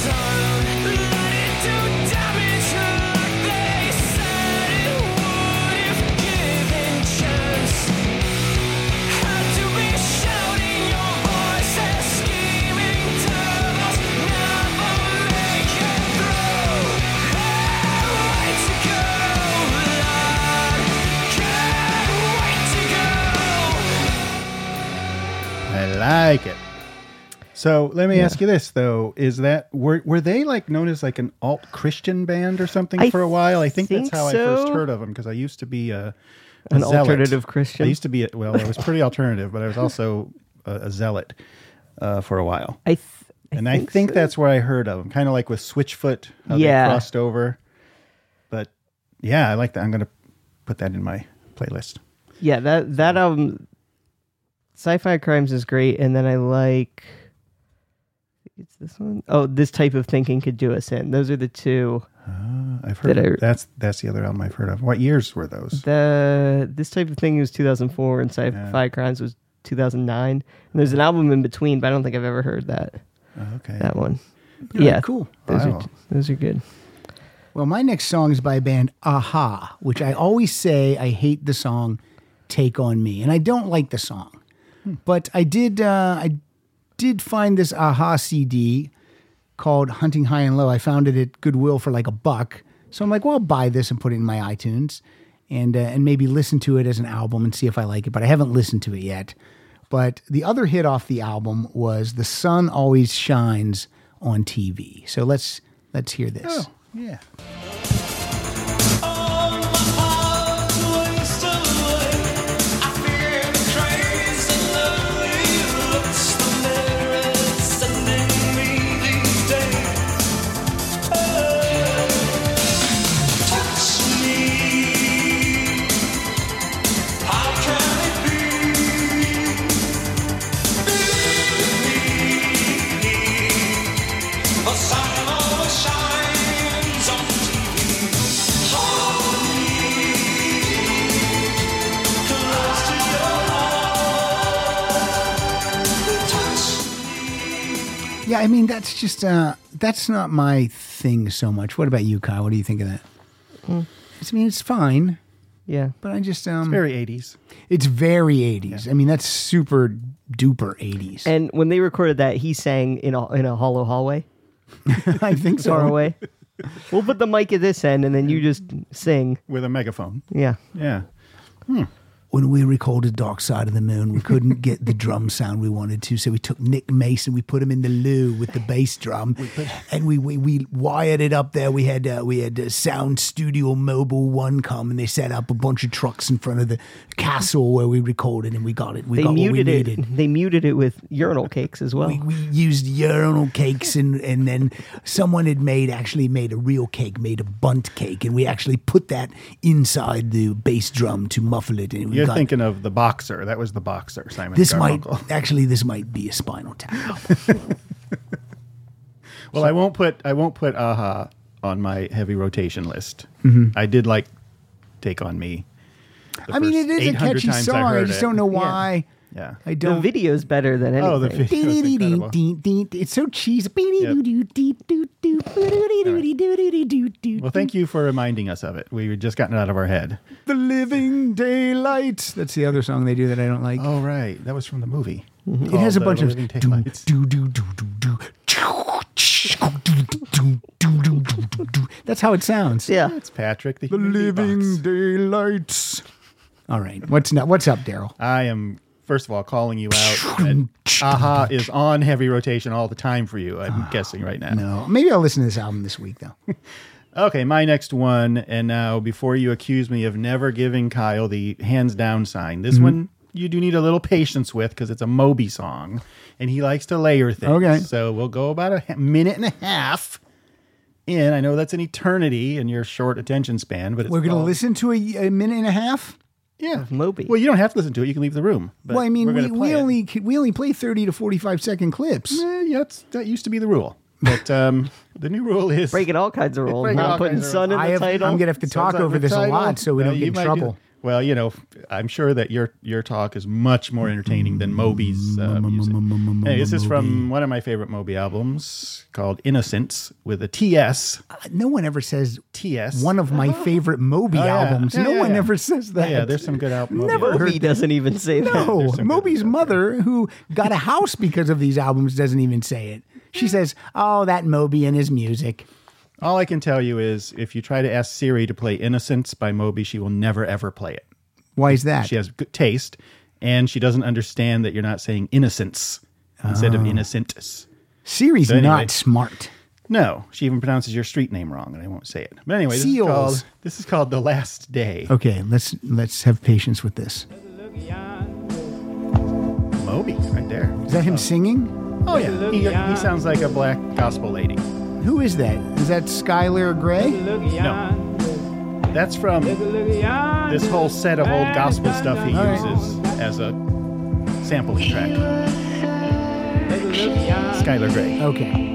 D: I like it. So let me ask you this though: Is that were were they like known as like an alt Christian band or something
C: I
D: for a while? I think,
C: think
D: that's how I first
C: so.
D: heard of them because I used to be a, a
C: An
D: zealot.
C: alternative Christian?
D: I used to be a, well, I was pretty alternative, but I was also a, a zealot uh, for a while.
C: I th-
D: and I think
C: so.
D: that's where I heard of them, kind of like with Switchfoot, how
C: Yeah.
D: they crossed over. But yeah, I like that. I'm going to put that in my playlist.
C: Yeah, that that um Sci-Fi Crimes is great and then I like it's this one. Oh, this type of thinking could do us in. Those are the two.
D: Ah, I've heard
C: Did I-
D: that's that's the other album I've heard of. What years were
C: Mm-hmm.
D: those?
C: The this type of thing was 2004 and Sci-Fi Crimes was 2009. And there's an album in between, but I don't think I've ever heard that
D: Okay,
C: that one. yeah,
B: cool.
C: Those
D: Wow.
C: are those are good.
B: Well, my next song is by a band Aha, which I always say I hate the song "Take on Me," and I don't like the song. But I did, uh, I did find this Aha CD called "Hunting High and Low." I found it at Goodwill for like a buck, so I'm like, well, I'll buy this and put it in my iTunes, and uh, and maybe listen to it as an album and see if I like it. But I haven't listened to it yet. But the other hit off the album was "The Sun Always Shines on TV." So let's let's hear this.
D: Oh, yeah.
H: The sun always shines on TV. Hold me close to your heart. Touch
B: Yeah, I mean that's just uh that's not my thing so much. What about you, Kyle? What do you think of that?
D: Hmm.
B: It's I mean it's fine,
C: Yeah.
B: but I just um
D: Very 80s.
B: it's very 80s. I mean that's super duper 80s.
C: And when they recorded that, he sang in a, in a hollow hallway
B: I think so.
C: far away. we'll put the mic at this end and then you just sing.
D: With a megaphone.
C: Yeah.
D: Yeah.
B: when we recorded Dark Side of the Moon, we couldn't get the drum sound we wanted to, so we took Nick Mason, we put him in the loo with the bass drum, and we, we we wired it up there. We had uh, we had uh, Sound Studio Mobile One come, and they set up a bunch of trucks in front of the castle where we recorded, and we got it. We
C: They
B: got
C: muted
B: what we
C: it.
B: needed.
C: They muted it with urinal cakes as well.
B: We, we used urinal cakes and, and then someone had made actually made a real cake, made a bunt cake, and we actually put that inside the bass drum to muffle it. And we
D: You're
B: got
D: thinking of the boxer. That was the boxer, Simon.
B: this might
D: Garfunkel.
B: actually this might be a spinal tap.
D: Well, I won't put I won't put Aha on my heavy rotation list. I did like Take on Me. the
B: Mm-hmm. I mean,
D: first
B: it is a
D: 800
B: catchy
D: times
B: song. I,
D: heard
B: just
D: it.
B: don't know why.
D: Yeah.
B: I
C: the
B: don't.
C: video's better than anything.
D: Oh, the
B: Dee
D: video.
B: dee dee dee dee dee.
D: is incredible.
B: It's so cheesy. Well,
D: Well, thank you for reminding us of it. We had just gotten it out of our head.
B: The Living Daylights. That's the other song they do that I don't like. uh,
D: Oh, right. That was from the movie.
B: It has a bunch of
D: Mm-hmm. uh, Living
B: do
D: Daylights.
B: do do do do do. That's how it sounds.
C: yeah.
D: It's Patrick the,
B: The
D: Human Bee
B: living
D: Box.
B: daylights. All right. What's not, what's up, Daryl?
D: I am first of all calling you out. that Aha is on heavy rotation all the time for you. I'm guessing right now.
B: Ah, No. Maybe I'll listen to this album this week though.
D: Okay, my next one. And now, before you accuse me of never giving Kyle the hands down sign, this
B: Mm-hmm.
D: one you do need a little patience with because it's a Moby song and he likes to layer things.
B: Okay.
D: So we'll go about a ha- minute and a half in. I know that's an eternity in your short attention span, but it's
B: We're going to
D: all-
B: listen to a, a minute and a half.
D: Yeah.
C: Moby.
D: Well, you don't have to listen to it. You can leave the room. But
B: Well, I mean,
D: we're
B: we,
D: gonna play
B: we
D: it.
B: only c- we only play 30 to 45 second clips.
D: Eh, yeah, that's, that used to be the rule. But um, the new rule is.
C: Breaking all kinds of rules.
D: Breaking all
C: Not putting
D: kinds of
C: sun in the
B: I have, I'm
C: title.
B: going to have to talk over this a lot so we
D: No,
B: don't
D: you
B: get in
D: might do
B: trouble.
D: that. well, you know, I'm sure that your your talk is much more entertaining than Moby's uh, music. Hey, this is from one of my favorite Moby albums called Innocence with a TS.
B: No one ever says
D: TS.
B: one of my favorite Moby
D: Oh, yeah.
B: albums.
D: Yeah,
B: no
D: yeah,
B: one
D: yeah.
B: ever says that.
D: Yeah, there's some good out Moby
B: Never
D: albums.
C: Moby doesn't even say that.
B: No,
D: some good
B: Moby's
D: ones out
B: mother, who got a house because of these albums, doesn't even say it. She says, "Oh, that Moby and his music."
D: All I can tell you is if you try to ask Siri to play Innocence by Moby, she will never ever play it.
B: Why is that?
D: She has good taste, and she doesn't understand that you're not saying Innocence instead of Innocents.
B: Siri's
D: So anyway.
B: not smart.
D: No, she even pronounces your street name wrong, and I won't say it. But anyway, this
B: Seals.
D: is called this is called the last day.
B: Okay, let's let's have patience with this.
D: Moby, right there.
B: Is that him singing?
D: Oh yeah, he, he sounds like a black gospel lady.
B: Who is that? Is that Skylar Gray?
D: No, that's from this whole set of old gospel stuff he
B: All right.
D: uses as a sampling track. Skylar Gray.
B: Okay,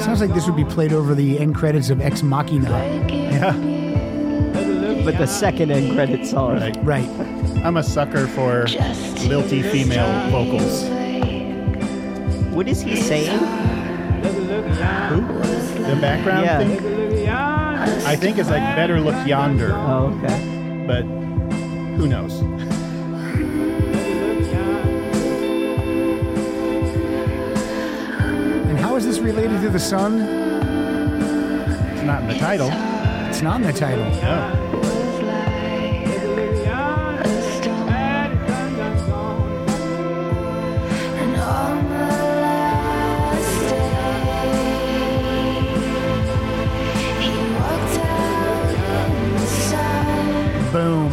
B: sounds like this would be played over the end credits of Ex Machina.
D: Yeah,
C: But the second end credit song.
D: Right.
B: Right.
D: I'm a sucker for lilty female vocals.
C: What is he saying?
D: Who? The background
C: Yeah.
D: thing. I think it's like better look yonder.
C: Oh, okay.
D: but who knows?
B: And how is this related to the sun?
D: It's not in the title.
B: It's not in the title.
D: No.
B: Boom.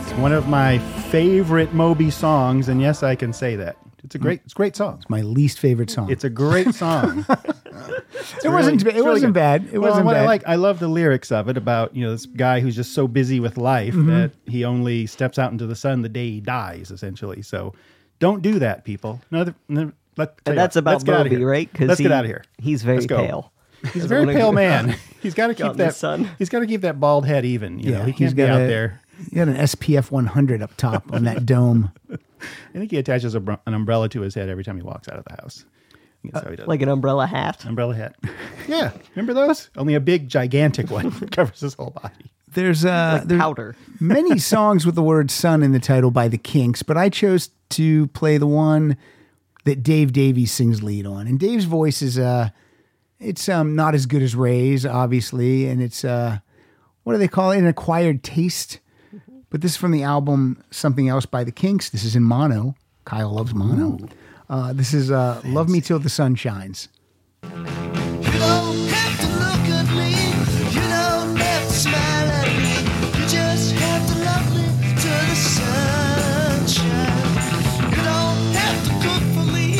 D: It's one of my favorite Moby songs, and yes, I can say that. It's a great, it's a great song.
B: My least favorite song.
D: It's a great song.
B: it wasn't. It wasn't bad. It wasn't
D: what
B: bad.
D: I like, I love the lyrics of it about you know this guy who's just so busy with life
B: Mm-hmm.
D: that he only steps out into the sun the day he dies, essentially. So, don't do that, people. No, th- no, let, tell
C: And
D: you
C: that's
D: what,
C: about
D: let's get out of
C: Moby,
D: here.
C: right?
D: Let's get
C: he-
D: out of here.
C: He's very
D: Let's go.
C: pale.
D: He's a very pale man. He's got to
C: Out
D: keep
C: in the
D: that.
C: sun.
D: He's got to keep that bald head even. You know, he
B: he's
D: can't be
B: got
D: out
B: a-
D: there.
B: He had an SPF 100 up top on that dome.
D: I think he attaches a, br- an umbrella to his head every time he walks out of the house. I
B: Uh,
D: think That's how he does. it.
C: Like an umbrella hat.
D: Mm-hmm. umbrella hat. yeah, remember those? Only a big, gigantic one covers his whole body.
B: There's uh, there's
C: powder.
B: many songs with the word "sun" in the title by the Kinks, but I chose to play the one that Dave Davies sings lead on, and Dave's voice is uh, it's um not as good as Ray's, obviously, and it's uh, what do they call it? An acquired taste. But this is from the album Something Else by the Kinks. This is in mono. Kyle loves mono. Uh, this is uh, "Love Me Till the Sun Shines."
H: You don't have to look at me. You don't have to smile at me. You just have to love me till the sun shines. You don't have to cook for me.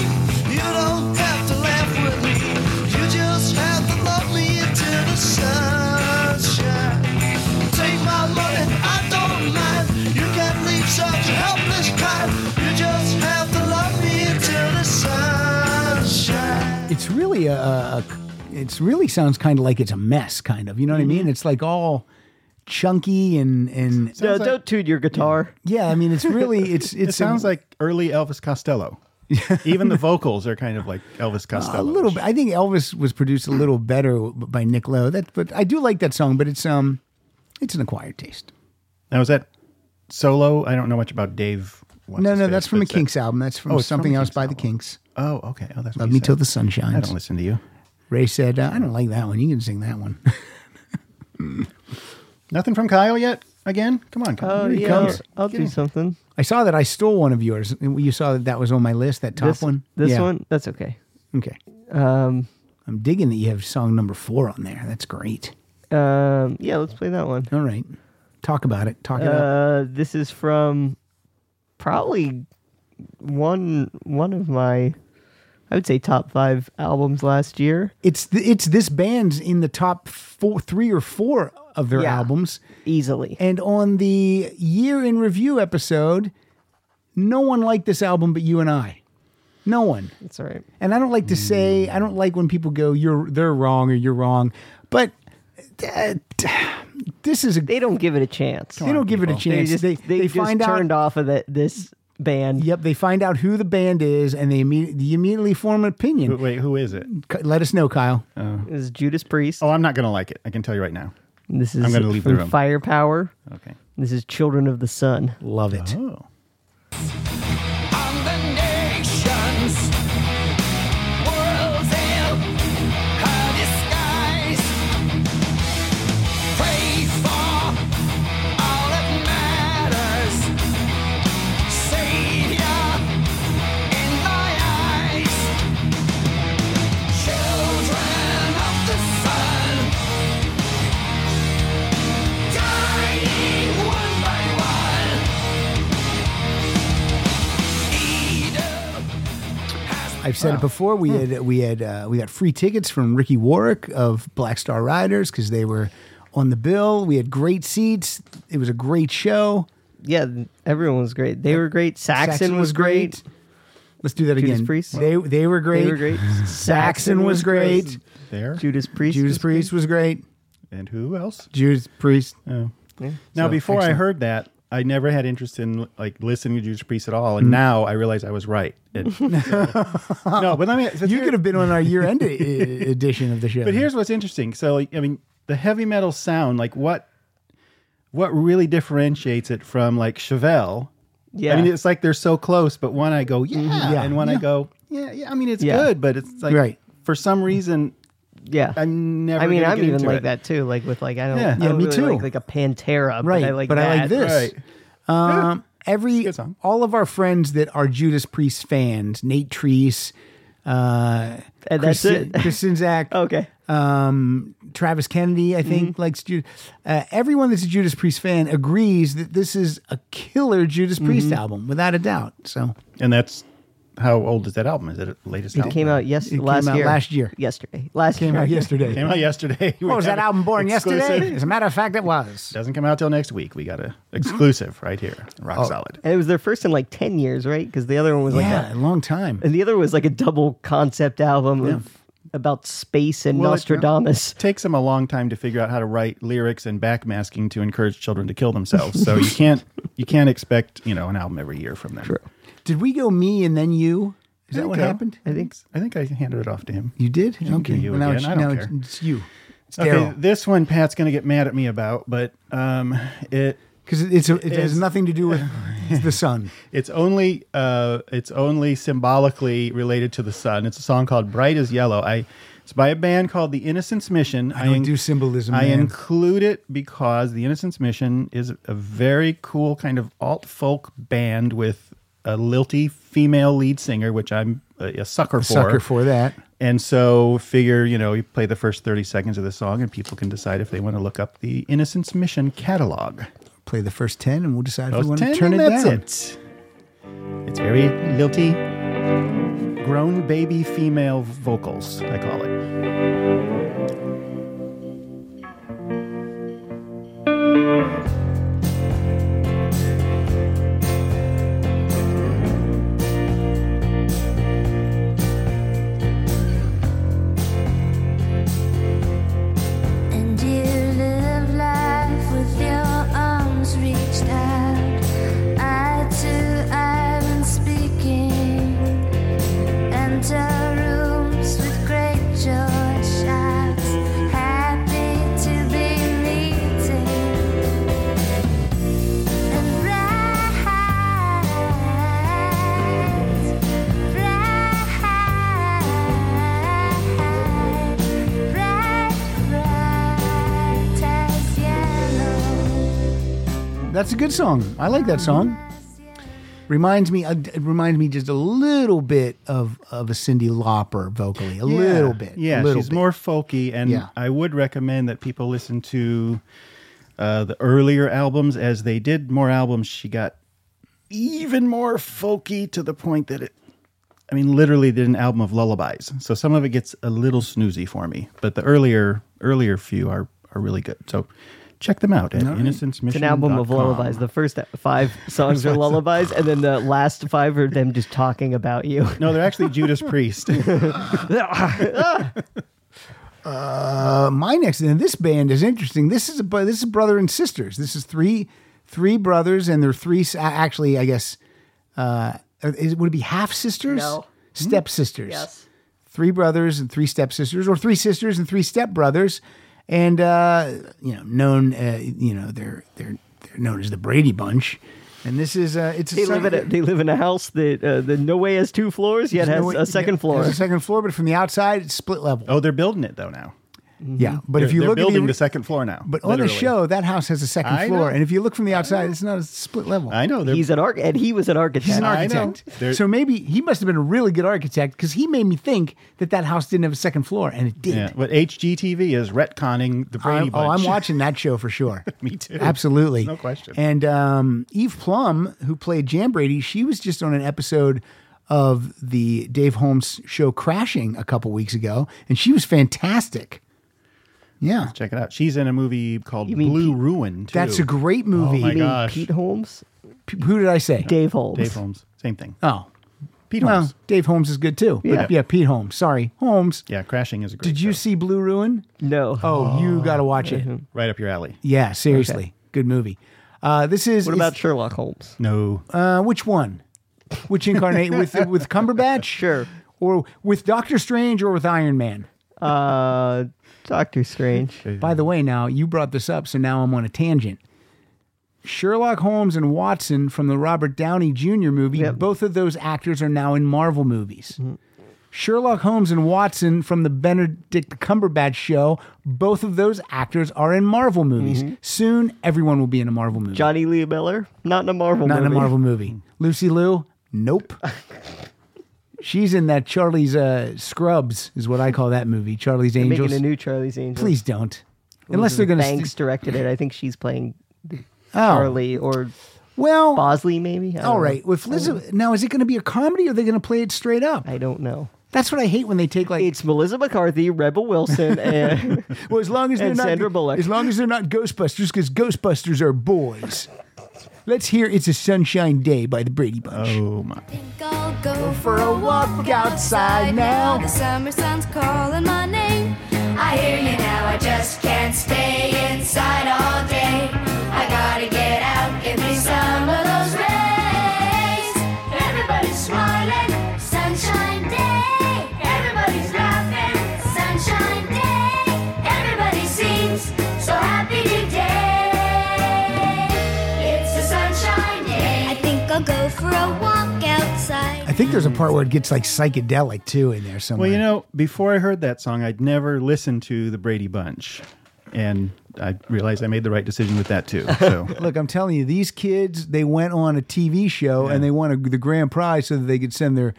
H: You don't have to laugh with me. You just have to love me till the sun shines. Take my money, I don't mind. You can leave such a helpless kind. You just have to love me till the sun shines.
B: it's really a, a it's really sounds kind of like it's a mess kind of you know what
D: Mm-hmm.
B: i mean it's like all chunky and and
C: No,
D: like-
C: don't toot your guitar.
B: yeah i mean it's really it's it,
D: It sounds like early Elvis Costello. Even the vocals are kind of like Elvis Costello.
B: Ah, a little bit i think elvis was produced a little better by nick lowe that but i do like that song but it's um it's an acquired taste
D: Now is that solo? I don't know much about Dave. what's
B: no
D: his
B: no
D: face,
B: that's from
D: but
B: a
D: it's
B: kinks album that's from
D: Oh, it's from
B: something
D: a
B: else
D: Kinks
B: by the
D: album.
B: kinks
D: Oh, okay. Oh, that's
B: love me till the
D: sun.
B: sun
D: I
B: shines
D: don't listen to you.
B: ray said uh, i don't like that one you can sing that one
D: Nothing from Kyle yet. Again, come on, Kyle.
C: Oh
D: Here he
C: yeah, I'll,
D: comes.
C: I'll do something.
B: i saw that i stole one of yours you saw that that was on my list that top
C: this
B: one
C: This
B: Yeah.
C: one. That's okay.
B: okay
C: Um,
B: i'm digging that you have song number four on there that's great
C: um, yeah, let's play that one.
B: All right. Talk about it. Talk it up.
C: Uh, this is from probably one one of my, I would say top five albums last year.
B: It's th- it's this band's in the top four, three or four of their
C: Yeah.
B: albums,
C: Easily,
B: and on the year in review episode, no one liked this album but you and I. No one.
C: that's all right.
B: And I don't like to say I don't like when people go you're they're wrong or you're wrong, but uh, this is a
C: They don't give it a chance.
B: they don't give it a
C: They
B: chance.
C: just they, just
B: find out
C: turned off of that this band.
B: Yep, they find out who the band is, and they, imme- they immediately form an opinion.
D: Wait, who is it?
B: K- Let us know, Kyle.
C: This is Judas Priest.
D: Oh, I'm not gonna like it. I can tell you right now.
C: This is
D: I'm gonna leave the
C: from
D: room.
C: Firepower.
D: Okay.
C: This is Children of the Sun.
B: Love it.
D: Oh,
H: On the nations, worlds in her disguise. Praise for all that matters. Savior in my eyes. Children of the sun, dying one by one.
B: I've said it before. We
C: Hmm.
B: had we had uh, we got free tickets from Ricky Warwick of Black Star Riders because they were on the bill. We had great seats. It was a great show.
C: Yeah, everyone was great. They were great. Saxon, was great.
B: Let's do that
C: Judas
B: again.
C: Priest.
B: They they were great.
C: They were great.
B: Saxon was great.
D: there.
C: Judas Priest.
B: Judas
C: was
B: Priest was great.
D: And who else?
B: Judas Priest.
C: Oh.
D: Now,
B: So,
D: before I
B: excellent.
D: heard that, I never had interest in like listening to Judas Priest at all,
C: Mm.
D: and now I realize I was right. And- no, but let me. but
B: You
D: here-
B: could have been on our year end edition of the show.
D: But here's what's interesting. So, like, I mean, the heavy metal sound, like what, what really differentiates it from like Chevelle?
C: Yeah. Mm-hmm.
D: I mean, it's like they're so close, but one I go yeah,
B: Yeah.
D: and one I
B: Yeah.
D: go yeah, yeah. I mean, it's
C: Yeah.
D: good, but it's like
B: Right.
D: for some reason
C: yeah.
D: I'm never.
C: I mean,
D: gonna
C: I'm
D: get
C: even
D: into
C: like
D: it.
C: that too. Like with like I don't,
D: Yeah.
C: I
D: Yeah,
C: don't
B: me
C: really
B: too.
C: like, like a Pantera,
B: right.
C: but I like
B: but I like
C: that.
B: this.
D: Right.
B: Um, every
D: good song.
B: all of our friends that are Judas Priest fans, Nate Treese, uh,
C: And that's
B: Kristen,
C: it.
B: Kristen Zach,
C: Okay.
B: um, Travis Kennedy, I think likes Judas. Uh, everyone that's a Judas Priest fan agrees that this is a killer Judas Priest album, without a doubt. So
D: And that's how old is that album? Is it the latest?
C: It
D: album?
C: came out yes
B: It came
C: last
B: out
C: year.
B: last year.
C: Yesterday. Last
B: came
C: year.
B: out yesterday.
D: Came out yesterday. We
B: What was Oh, that
D: got an
B: album born
D: exclusive.
B: yesterday? As a matter of fact, it was.
D: Doesn't come out till next week. We got a exclusive right here. Rock solid.
C: And it was their first in like ten years, right? Because the other one was
B: Yeah,
C: like
B: a
C: a,
B: long time.
C: and the other was like a double concept album of, about space and
D: Well, it-
C: Nostradamus.
D: takes them a long time to figure out how to write lyrics and backmasking to encourage children to kill themselves. So you can't you can't expect you know an album every year from them.
B: Did we go me and then you? Is
D: There
B: that
D: you
B: what
D: go.
B: happened?
D: I think I think I handed it off to him.
B: You did?
D: do
B: okay.
D: you
B: now
D: again.
B: it's,
D: I don't
B: now
D: care.
B: it's, it's you. sterile.
D: Okay, this one Pat's gonna get mad at me about, but um, it
B: Because it's, it
D: It's-
B: has nothing to do with the sun.
D: it's only uh, it's only symbolically related to the sun. It's a song called "Bright as Yellow." I it's by a band called The Innocence Mission.
B: I don't do symbolism,
D: I
B: man.
D: include it because The Innocence Mission is a very cool kind of alt folk band with a lilty female lead singer, which I'm a, a sucker for.
B: Sucker for that.
D: And so, figure you know, you play the first thirty seconds of the song, and people can decide if they want to look up the Innocence Mission catalog.
B: Play the first 10 and we'll decide if
D: Those
B: we want
D: 10,
B: to turn it
D: and that's
B: down.
D: it. It's very lilty, grown baby female vocals, I call it.
I: And you live life with your arms reached out, eye to eye when speaking. Enter rooms with great joy shouts, happy to be meeting. And bright, bright, bright, bright as yellow.
B: That's a good song. I like that song. Reminds me, uh, it reminds me just a little bit of of a Cindy Lauper vocally, a little bit. a
D: Yeah,
B: little
D: she's
B: bit.
D: more folky, and
B: Yeah.
D: I would recommend that people listen to uh, the earlier albums. As they did more albums, she got even more folky to the point that it. I mean, literally did an album of lullabies, so some of it gets a little snoozy for me. But the earlier, earlier few are are really good. So check them out at Innocence
C: It's an album of lullabies. The first five songs are lullabies, and then the last five are them just talking about you.
D: No, they're actually Judas Priest.
B: Uh, my next and this band is interesting. This is a bu- this is brother and sisters. This is three three brothers and they're three s- a- actually I guess uh, is, would it be half sisters?
C: No.
B: Step sisters. Three brothers and three stepsisters, or three sisters and three stepbrothers, and uh, you know known uh, you know they're they're they're known as the Brady Bunch. And this is uh, it's a
C: They
B: song-
C: live in a, they live in a house that uh, that no way has two floors yet
B: there's
C: has
B: no way-
C: a second
B: yeah,
C: floor.
B: There's a second floor, but from the outside it's split level.
D: oh, they're building it though now.
B: yeah, but if
D: Um, They're-
B: you
D: they're
B: look
D: building
B: at
D: the second floor now,
B: But on the
D: literally.
B: show, that house has a second
D: I
B: floor,
D: know.
B: and if you look from the outside, it's not a split level.
D: I know they're
C: He's an arch, and he was an architect.
B: He's an
D: I know.
B: architect,
D: There-
B: so maybe he must have been a really good architect because he made me think that that house didn't have a second floor, and it did.
D: yeah. What HGTV is retconning the Brady
B: I'm- oh,
D: Bunch.
B: I'm watching that show for sure.
D: Me too.
B: Absolutely.
D: No question.
B: And um, Eve Plum, who played Jan Brady, she was just on an episode of the Dave Holmes show Crashing a couple weeks ago, and she was fantastic. Yeah.
D: Check it out. She's in a movie called
C: You mean
D: Blue
C: Pete-
D: Ruin. Too.
B: That's a great
D: Oh
B: movie.
D: my
C: You mean
D: gosh.
C: Pete Holmes,
B: P- Who did I say?
C: Dave Holmes.
D: Dave Holmes. Same thing.
B: Oh.
D: Pete
B: well,
D: Holmes.
B: Dave Holmes is good too. But
C: Yeah.
B: yeah, Pete Holmes. Sorry, Holmes.
D: Yeah, crashing is a great.
B: Did you
D: show.
B: see Blue Ruin?
C: No.
B: Oh, you got to watch it.
D: right up your alley?
B: Yeah, seriously, good movie. Uh, this is
C: What about Sherlock Holmes?
D: No.
B: uh, which one? Which incarnate with with Cumberbatch?
C: Sure.
B: Or with Doctor Strange or with Iron Man?
C: Uh, Doctor Strange.
B: By the way, now you brought this up, so now I'm on a tangent. Sherlock Holmes and Watson from the Robert Downey Jr. movie,
C: Yep. Mm-hmm.
B: both of those actors are now in Marvel movies. Sherlock Holmes and Watson from the Benedict Cumberbatch show, both of those actors are in Marvel movies.
C: Mm-hmm.
B: Soon, everyone will be in a Marvel movie.
C: Johnny Lee Miller, not in a Marvel
B: Not
C: movie. Hmm.
B: in a Marvel movie. Lucy Liu, nope. She's in that Charlie's uh, Scrubs, is what I call that movie. Charlie's Angels.
C: Making a new Charlie's Angels.
B: Please don't. Unless they're going to
C: Banks directed it. I think she's playing Charlie or
B: Well,
C: Bosley, maybe. I don't
B: all
C: know.
B: right. With Liz, now is it going to be a comedy or are they going to play it straight up?
C: I don't know.
B: That's what I hate when they take like.
C: It's Melissa McCarthy, Rebel Wilson, and
B: well, as long as they're
C: and
B: not
C: Sandra Bullock.
B: as long as they're not Ghostbusters, because Ghostbusters are boys. Let's hear "It's a Sunshine Day" by the Brady Bunch.
D: Oh my.
I: Think I'll go
B: for a walk outside now.
I: The summer sun's calling my name. I hear you now, I just can't stay inside all day. I gotta get out, give me some of those rays. Everybody's smiling, sunshine day. Everybody's laughing, sunshine day. Everybody's I'll go for a walk outside.
B: I think there's a part where it gets like psychedelic too in there somewhere.
D: Well, you know, before I heard that song, I'd never listened to the Brady Bunch, and I realized I made the right decision with that too. So
B: Look, I'm telling you, these kids, they went on a TV show and they won a, the grand prize so that they could send their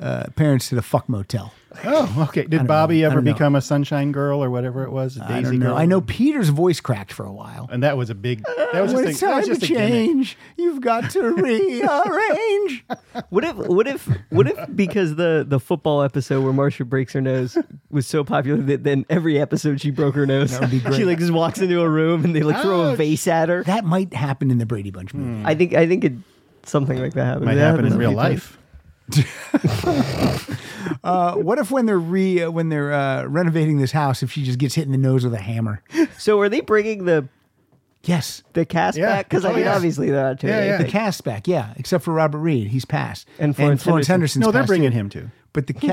B: uh, parents to the fuck motel.
D: Oh, okay. Did Bobby ever become a sunshine girl or whatever it was? A Daisy
B: I don't know.
D: girl?
B: I know Peter's voice cracked for a while.
D: And that was a big. That was
B: when
D: just a,
B: it's
D: that
B: time
D: was
B: to
D: just a gimmick.
B: change, you've got to rearrange.
C: What if, what if, what if because the the football episode where Marsha breaks her nose was so popular that then every episode she broke her nose?
B: would be
C: She
B: great.
C: like just walks into a room and they like throw a
D: Ouch.
C: vase at her.
B: that might happen in the Brady Bunch movie.
C: I think I think it something like that happens.
D: Might
C: It
D: happen
C: happens
D: in
C: a
D: real
C: few times.
D: life.
B: Uh, what if when they're re uh, when they're uh, renovating this house, if she just gets hit in the nose with a hammer?
C: So are they bringing the
B: Yes,
C: the cast
D: Yeah.
C: back? Because
D: Oh,
C: I mean,
D: yeah.
C: obviously they're not doing
D: Yeah, yeah.
B: the
C: anything.
B: cast back. Yeah, except for Robert Reed, he's passed,
C: And Florence Henderson.
B: Henderson's
D: No, they're
B: passed,
D: bringing
B: too.
D: him too.
B: But the ca-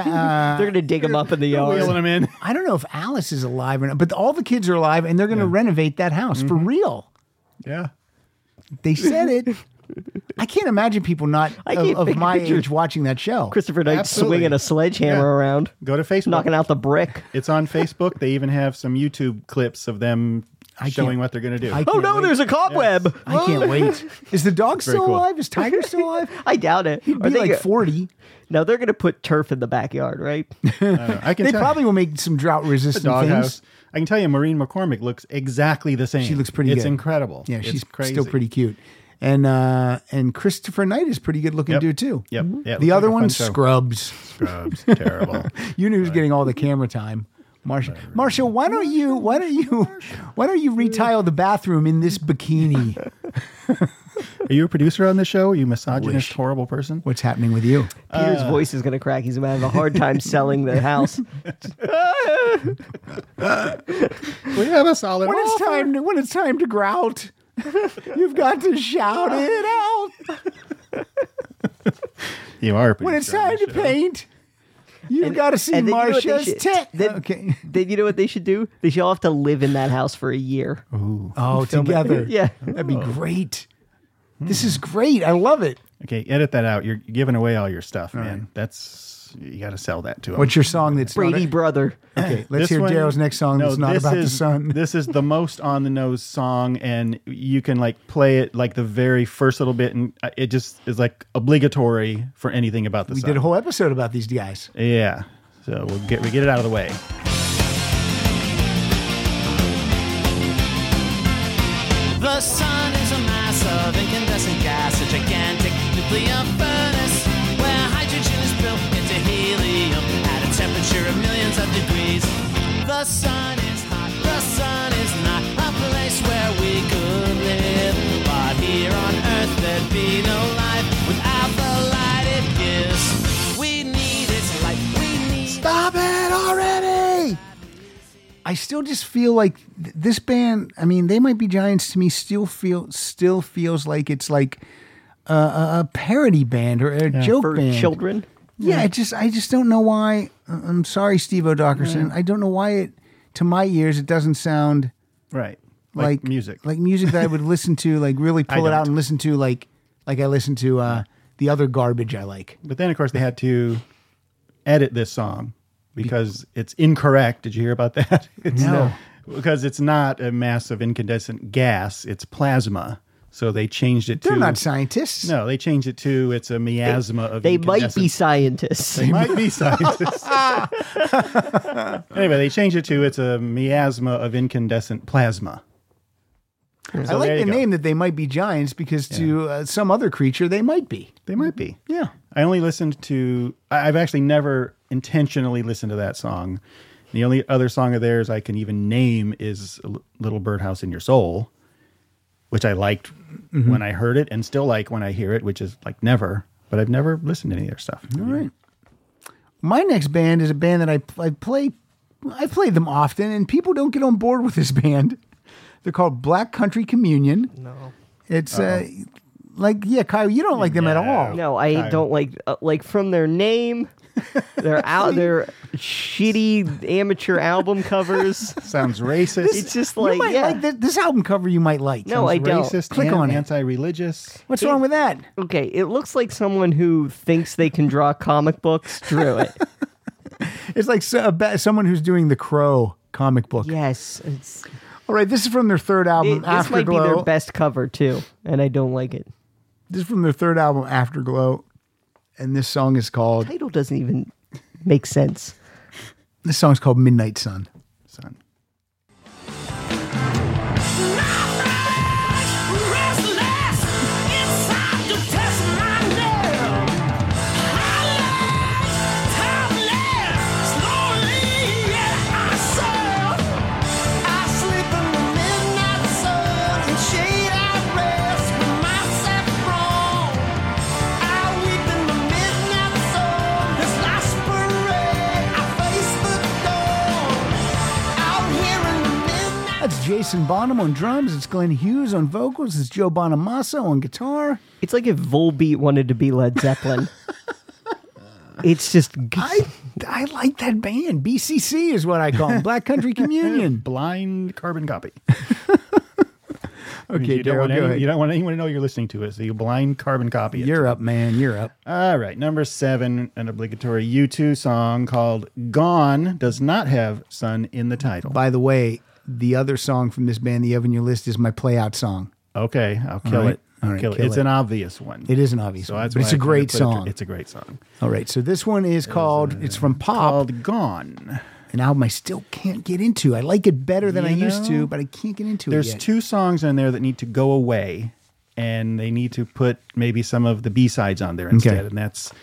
B: uh,
C: They're gonna dig him up in the
D: Wheeling
C: yard.
D: him in.
B: I don't know if Alice is alive or not, but all the kids are alive and they're going to renovate that house for real.
D: Yeah.
B: They said it. I can't imagine people not
C: I
B: of,
C: can't
B: of
C: pick
B: my
C: pictures.
B: age watching that show.
C: Christopher Knight
D: Absolutely.
C: swinging a sledgehammer
D: Yeah.
C: around,
D: Go to Facebook.
C: knocking out the brick.
D: It's on Facebook. They even have some YouTube clips of them showing
B: can't-
D: what they're going to do.
B: I
C: Oh
B: can't
C: no,
B: wait.
C: there's a cobweb.
B: I can't wait. Is the dog still
D: cool.
B: alive? Is Tiger still alive?
C: I uh, doubt it.
B: He'd
C: Are
B: be
C: they
B: like
C: go-
B: forty.
C: Now they're gonna put turf in the backyard, right?
D: I don't know. I can
B: They
D: tell
B: probably will make some drought
D: the
B: resistant things.
D: doghouse. I can tell you, Maureen McCormick looks exactly the same.
B: She looks pretty.
D: It's
B: good.
D: incredible.
B: Yeah,
D: It's
B: she's
D: crazy.
B: still pretty cute. And uh and Christopher Knight is pretty good looking
D: Yep.
B: dude too. Mm-hmm.
D: Yep. Yeah, it
B: the
D: looks
B: other
D: like a
B: one,
D: fun show.
B: Scrubs.
D: Scrubs. Terrible.
B: You knew who's getting all the camera time. Marsha, Marsha, why don't you, why don't you, why don't you retile the bathroom in this bikini?
D: Are you a producer on the show? Are you a misogynist,
B: Wish.
D: horrible person?
B: What's happening with you?
C: Peter's
B: Uh.
C: voice is gonna crack. He's gonna have a hard time selling the house.
D: We have a solid.
B: When it's time to, when it's time to grout, you've got to shout it out.
D: You are. a
B: When it's
D: producer on
B: time
D: the
B: to
D: show.
B: paint, you've
C: And-
B: got to see
C: and then you know what they
B: Marsha's
C: should-
B: tit.
C: then-
B: okay.
C: then you know what they should do? They should all have to live in that house for a year.
B: Oh, together.
C: Yeah.
B: That'd be
D: Oh.
B: great. This is great. I love it.
D: Okay, edit that out. You're giving away all your stuff, man. That's you got to sell that to him.
B: What's your song that's not
C: Brady
B: a-
C: brother.
B: Okay, let's hear Daryl's next song that's not about the sun.
D: this is the most on the nose song, and you can like play it like the very first little bit, and uh, it just is like obligatory for anything about the
B: we
D: sun.
B: did a whole episode about these guys.
D: yeah. So we'll get we get it out of the way.
H: The sun is a mass of incandescent gas, a gigantic nuclear furnace where hydrogen is built into helium at a temperature of millions of degrees. The sun is hot, the sun is not a place where we could live. But here on Earth, there'd be no life without the light it gives. We need its light, we need.
B: Stop it already! I still just feel like th- this band. I mean, they might be giants to me. Still feel still feels like it's like a, a a parody band or a joke
C: For
B: band.
C: children.
B: Yeah, it just I just don't know why. I- I'm sorry, Steve O'Dockerson. I don't know why it to my ears it doesn't sound
D: Right.
B: like,
D: music.
B: like music that I would listen to, like really
D: I
B: pull it out
D: don't.
B: and listen to, like like I listen to uh, the other garbage I like.
D: But then, of course, they had to edit this song because it's incorrect. Did you hear about that? It's
B: No.
D: because it's not a mass of incandescent gas; it's plasma. So they changed it
B: They're
D: to
B: not scientists.
D: No, they changed it to it's a miasma of
C: They might be
D: incandescent-
C: scientists.
D: They might be scientists. anyway, they changed it to it's a miasma of incandescent plasma.
B: I like
D: there you
B: the
D: go.
B: name that they might be giants because to uh, some other creature they might be.
D: They might be.
B: Yeah.
D: I only listened to. I- I've actually never intentionally listened to that song. The only other song of theirs I can even name is L- "Little Birdhouse in Your Soul," which I liked when I heard it, and still like when I hear it, which is like never. But I've never listened to any of their stuff. All right.
B: My next band is a band that I I play I play them often and people don't get on board with this band. They're called Black Country Communion. No. It's uh Like, yeah, Kyle, you don't like them at all.
C: No, I
D: Kyle.
C: don't like uh, like from their name. They're out. They're shitty amateur album covers.
D: Sounds racist.
C: It's just
B: You
C: like
B: might
C: yeah.
B: like this, this album cover. You might like.
C: No, I don't.
D: racist.
B: Click
D: and
B: on it.
D: anti-religious.
B: What's wrong with that?
C: Okay, it looks like someone who thinks they can draw comic books drew it.
B: It's like so, a ba- someone who's doing the Crow comic book.
C: yes, it's,
B: All right, this is from their third album,
C: it- this might be
B: Afterglow.
C: their best cover too, and I don't like it.
B: This is from their third album, Afterglow, and this song is called.
C: Title doesn't even make sense.
B: This song's called Midnight Sun.
D: Son.
B: That's Jason Bonham on drums. It's Glenn Hughes on vocals. It's Joe Bonamassa on guitar.
C: It's like if Volbeat wanted to be Led Zeppelin. it's just g-
B: I I like that band. BCC is what I call them. Black Country Communion.
D: Blind carbon copy.
B: Okay,
D: you, don't
B: Daryl,
D: want
B: go
D: any, you
B: ahead.
D: don't want anyone to know you're listening to it, so you blind carbon copy it.
B: You're up, man. You're up.
D: All right, number seven, an obligatory U2 song called Gone does not have Sun in the title.
B: By the way, the other song from this band, the Evan Your List, is my playout song.
D: Okay, I'll kill
B: right,
D: it.
B: all
D: I'll
B: right,
D: kill it.
B: kill
D: it's
B: it.
D: an obvious one.
B: It is an obvious
D: So
B: one,
D: that's
B: but
D: why
B: it's a
D: I kinda
B: great
D: put it to-
B: song.
D: it's a great song.
B: All right, so this one is called. it's from Pop,
D: Called Gone.
B: an album I still can't get into. I like it better than I
D: You
B: used to,
D: know,
B: but I can't get into
D: There's
B: it. yet.
D: two songs on there that need to go away, and they need to put maybe some of the B sides on there instead, and that's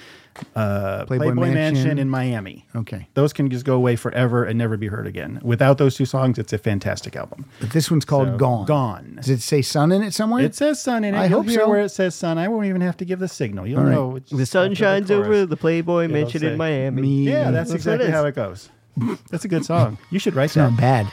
D: uh,
B: Playboy
D: Playboy, Mansion.
B: Mansion.
D: in Miami.
B: Okay.
D: those can just go away forever and never be heard again. Without those two songs, it's a fantastic album.
B: But this one's called
D: So,
B: Gone.
D: Gone.
B: Does it say sun in it somewhere?
D: It says sun in it.
B: I
D: You'll
B: hope
D: hear
B: so.
D: where it says sun. I won't even have to give the signal. You'll
B: All right.
D: know. It's
C: the
D: just
C: sun
D: after
C: shines
D: chorus.
C: over the Playboy Mansion
D: say,
C: in Miami.
B: Me.
D: Yeah, that's,
C: That's what it
D: exactly
C: is.
D: how it goes. That's a good song. You should write
B: It's not bad.
D: that.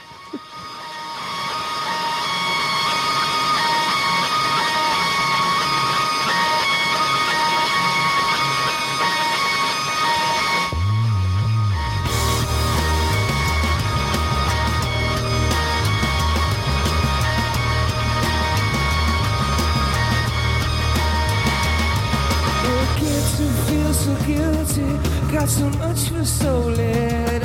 I: It gets to feel so guilty. Got so much for so little.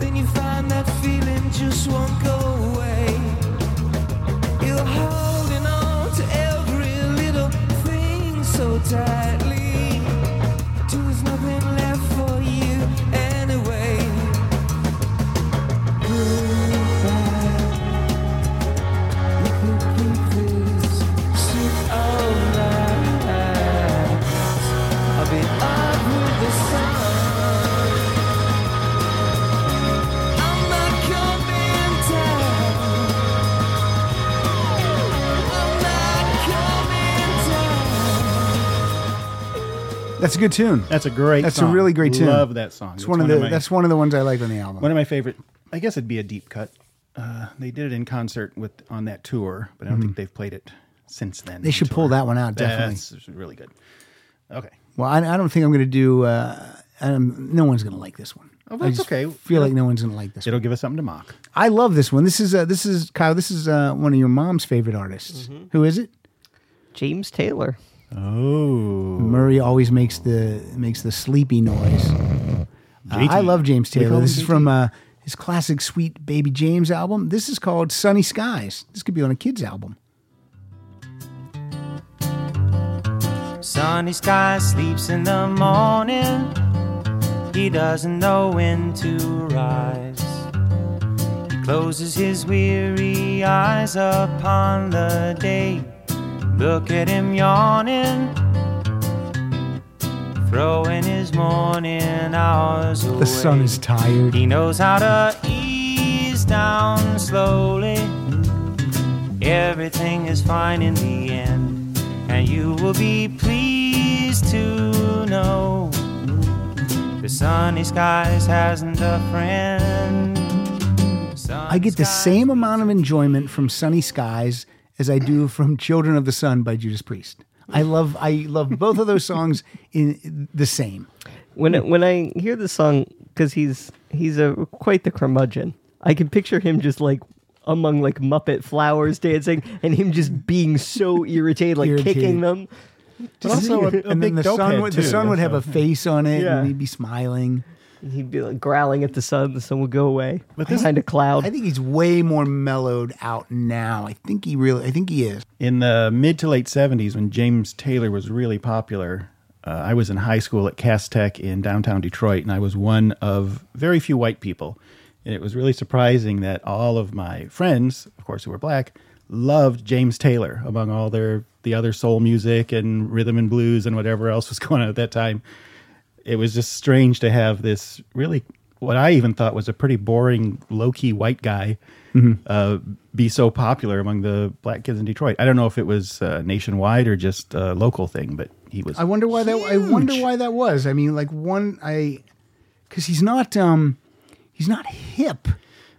I: Then you find that feeling just won't go away. You're holding on to every little thing so tightly. Till there's nothing left for you anyway. Goodbye. You can keep this secret all night. I'll be up with the sun. I'm not coming down. I'm not coming down.
B: That's a good tune.
D: That's a great.
B: That's a
D: song.
B: really great tune.
D: Love that song.
B: It's one, of the.
D: my-
B: that's one of the ones I like on the album.
D: One of my favorite. I guess it'd be a deep cut. Uh, they did it in concert with on that tour, but I don't think they've played it since then.
B: Mm-hmm. They should pull that one out definitely.
D: That's really good. Okay,
B: well, I, I don't think I'm going to do. Uh, um, no one's going to like this one.
D: Oh,
B: I
D: that's
B: just
D: okay.
B: Feel like no one's going to like this. One.
D: it'll give us something to mock.
B: I love this one. This is uh, this is Kyle. This is uh, one of your mom's favorite artists.
D: Mm-hmm.
B: Who is it?
C: James Taylor.
D: Oh,
B: Murray always makes the makes the sleepy noise. Uh, I love James Taylor. This is from uh, his classic "Sweet Baby James" album. This is called "Sunny Skies." This could be on a kids album.
H: Sunny sky sleeps in the morning. He doesn't know when to rise. He closes his weary eyes upon the day. Look at him yawning, throwing his morning hours away.
B: The sun is tired.
H: He knows how to ease down slowly. Everything is fine in the end, and you will be pleased to know the sunny skies hasn't a friend.
B: I get the same amount of enjoyment from "Sunny Skies" as I do from Children of the Sun by Judas Priest. I love I love both of those songs in the same.
C: when I- when I hear the song because he's he's a quite the curmudgeon. I can picture him just like among like Muppet flowers dancing, and him just being so irritated, like
B: Irritated.
C: kicking them.
B: But
D: also a- a
B: and then
D: big
B: the
D: dope
B: sun
D: head,
B: would
D: too.
B: the sun would
D: That's
B: have a
D: a-
B: face on it
C: Yeah.
B: and he'd be smiling.
C: And he'd be like growling at the sun. The sun would go away
D: But this-
C: behind a cloud.
B: I think he's way more mellowed out now. I think he really I think he is.
D: in the mid to late 70s when James Taylor was really popular. Uh, I was in high school at Cass Tech in downtown Detroit, and I was one of very few white people. And it was really surprising that all of my friends, of course, who were black, loved James Taylor among all their the other soul music and rhythm and blues and whatever else was going on at that time. It was just strange to have this really what I even thought was a pretty boring, low key white guy
B: Mm-hmm.
D: uh, be so popular among the black kids in Detroit. I don't know if it was uh, nationwide or just a local thing, but he was.
B: I wonder why that. I wonder why that was. I mean, like one, I because he's not, um, he's not hip.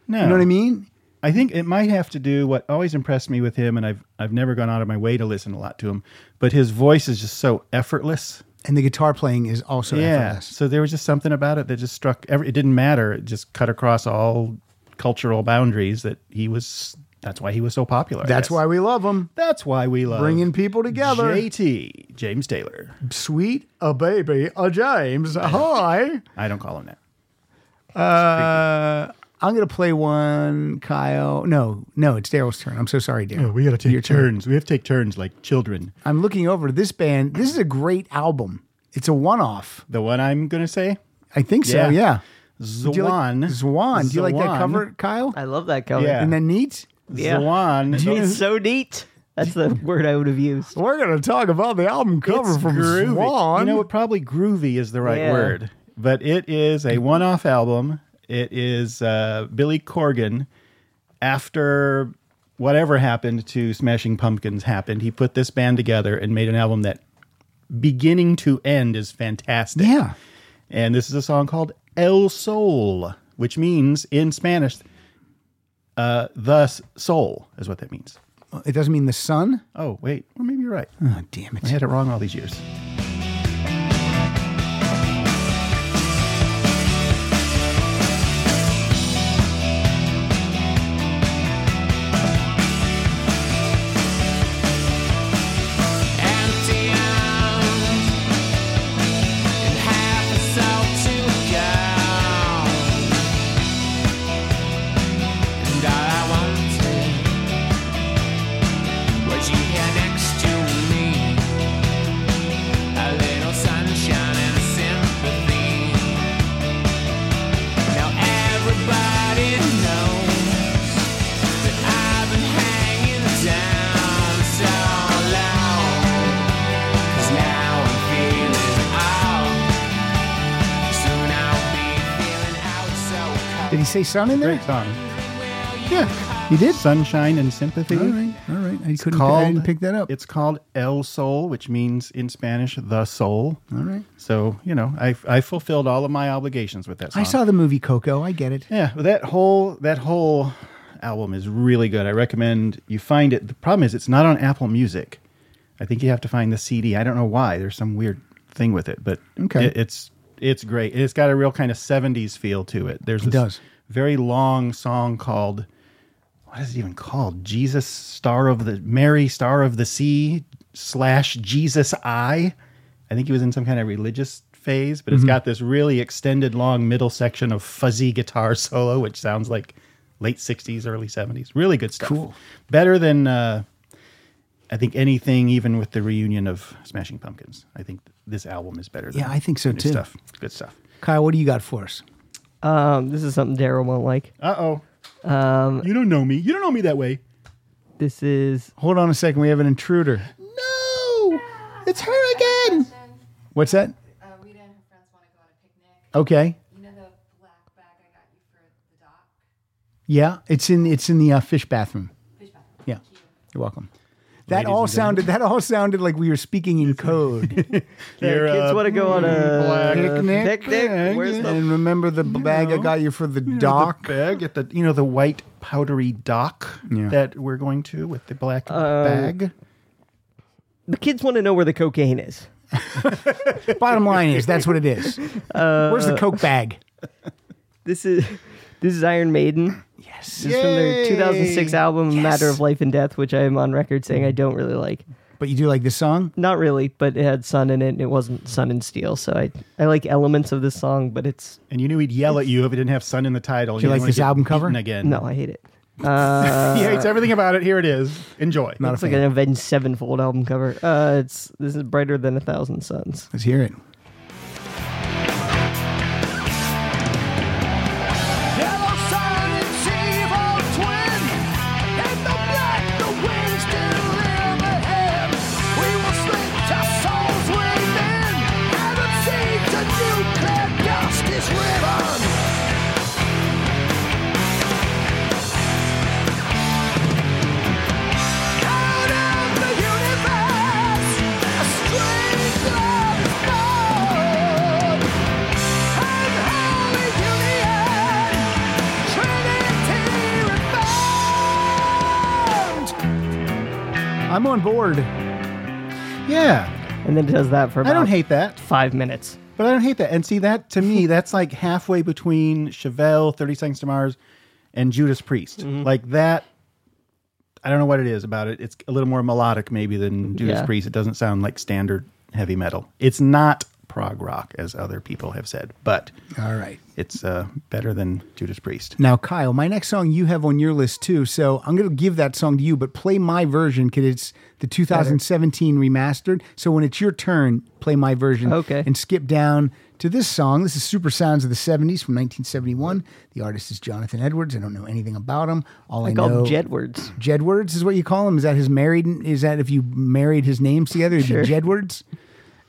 D: no,
B: You know what I mean?
D: I think it might have to do what always impressed me with him, and I've I've never gone out of my way to listen a lot to him, but his voice is just so effortless.
B: And the guitar playing is also
D: yeah.
B: effortless.
D: So there was just something about it that just struck. Every, it didn't matter. It just cut across all cultural boundaries. That he was. That's why he was so popular. I
B: That's
D: guess.
B: why we love him.
D: That's why we love
B: Bringing people together.
D: JT James Taylor.
B: Sweet a baby a James. Hi.
D: I don't call him that.
B: Uh, I'm gonna play one, Kyle. No, no, it's Daryl's turn. I'm so sorry, Daryl.
D: we got to take
B: Your turn.
D: turns. We have to take turns like children.
B: I'm looking over to this band. This is a great album. It's a one-off.
D: The one I'm going to say,
B: I think so.
D: Yeah.
B: Yeah. Do you
D: Zwan.
B: Like, Zwan. Do you like that
D: Zwan.
B: cover, Kyle?
C: I love that color.
D: Yeah.
B: Isn't that neat?
C: Yeah.
D: Zwan.
C: It's so neat. That's the word I would have used.
B: We're going to talk about the album cover
D: It's
B: from
D: groovy.
B: Swan.
D: You know, what? probably groovy is the right
C: Yeah.
D: word, but it is a one-off album. It is uh, Billy Corgan after whatever happened to Smashing Pumpkins happened. He put this band together and made an album that, beginning to end, is fantastic.
B: yeah.
D: And this is a song called El Sol, which means in Spanish, uh, the soul is what that means.
B: It doesn't mean the sun.
D: Oh, wait. Well, maybe you're right.
B: Oh, damn
D: I
B: it.
D: had it wrong all these years.
E: Everybody knows that I've been hanging down so long. 'Cause now I'm feeling out. Soon I'll be feeling out so cold.
B: Did he say sun in there?
D: Great song.
B: He did?
D: Sunshine and Sympathy.
B: All right. All right. I couldn't I
D: Called,
B: didn't pick that up.
D: It's called El Sol, which means in Spanish, the soul.
B: all right.
D: So, you know, I, I fulfilled all of my obligations with that song.
B: I saw the movie Coco. I get it.
D: Yeah, well, that whole that whole album is really good. I recommend you find it. The problem is it's not on Apple Music. I think you have to find the CD. I don't know why. There's some weird thing with it, but
B: Okay.
D: it- it's it's great. It's got a real kind of 70s feel to it. There's this
B: does.
D: very long song called what is it even called? Jesus Star of the Mary Star of the Sea slash Jesus I. I think he was in some kind of religious phase, but
B: Mm-hmm.
D: it's got this really extended long middle section of fuzzy guitar solo, which sounds like late sixties, early seventies. Really good stuff. Cool. Better than uh, I think anything, even with the reunion of Smashing Pumpkins. I think th- this album is better. Than
B: Yeah, I think so,
D: the new
B: too.
D: Stuff. Good stuff.
B: Kyle, what do you got for us?
C: Um, this is something Daryl won't like.
D: Uh oh. Um, you don't know me. You don't know me that way.
C: This is
B: Hold on a second. We have an intruder.
D: No, it's her again.
B: What's that?
G: Uh, Rita and her friends want to go on a picnic.
B: Okay.
G: You know the black bag I got you for the dock?
B: Yeah. It's in it's in the uh, fish bathroom.
G: Fish bathroom.
B: Yeah. You're welcome. That
D: ladies
B: all
D: and gentlemen.
B: sounded. That all sounded like we were speaking in code.
D: You're, uh,
C: kids want to go on a
B: Picnic,
C: picnic. Where's the
B: and remember the bag I got you for the dock.
D: the bag at the you know the white powdery dock
B: Yeah.
D: that we're going to with the black
B: Uh,
D: bag.
C: the kids want to know where the cocaine is.
B: Bottom line is that's what it is. Where's the coke bag?
C: This is this is Iron Maiden. Yes, this is from their 2006 album Matter of Life and Death, which I am on record saying I don't really like.
B: But you do like this song?
C: Not really, but it had Sun in it, and it wasn't Sun and Steel, so I I like elements of this song, but it's
D: And you knew he'd yell at you if it didn't have sun in the title. Do
B: you like this album cover?
D: again?
C: no, I hate it.
D: he hates everything about it. Here it is. Enjoy.
B: Not
C: It's
B: Uh, a fan.
C: like an Avenged Sevenfold album cover. Uh, it's this is brighter than a thousand suns.
B: Let's hear it.
J: Yellow sun, its evil twin. In the black, the winds still live ahead. We will slip our souls within. And the seeds of nuclear dust is riven. Out of the universe, a strange love is born. An holy union. Trinity reformed.
B: I'm on board.
D: Yeah,
C: And then it does that for about
D: I don't hate that,
C: five minutes.
D: but I don't hate that. And see that to me, that's like halfway between Chevelle, Thirty Seconds to Mars, and Judas Priest. Like that. I don't know what it is about it. It's a little more melodic maybe than Judas
C: Yeah.
D: Priest. It doesn't sound like standard heavy metal. It's not prog rock as other people have said, but
B: All right.
D: it's uh, better than Judas Priest.
B: Now, Kyle, my next song you have on your list too, so I'm going to give that song to you, but play my version because it's the 2017 remastered. So when it's your turn, play my version.
C: Okay.
B: And skip down to this song. This is Super Sounds of the 70s from 1971. The artist is Jonathan Edwards. I don't know anything about him. All I,
C: I
B: know.
C: called Jedwards.
B: Jedwards is what you call him. Is that his married? Is that if you married his names together? It'd
C: Sure.
B: be Jedwards.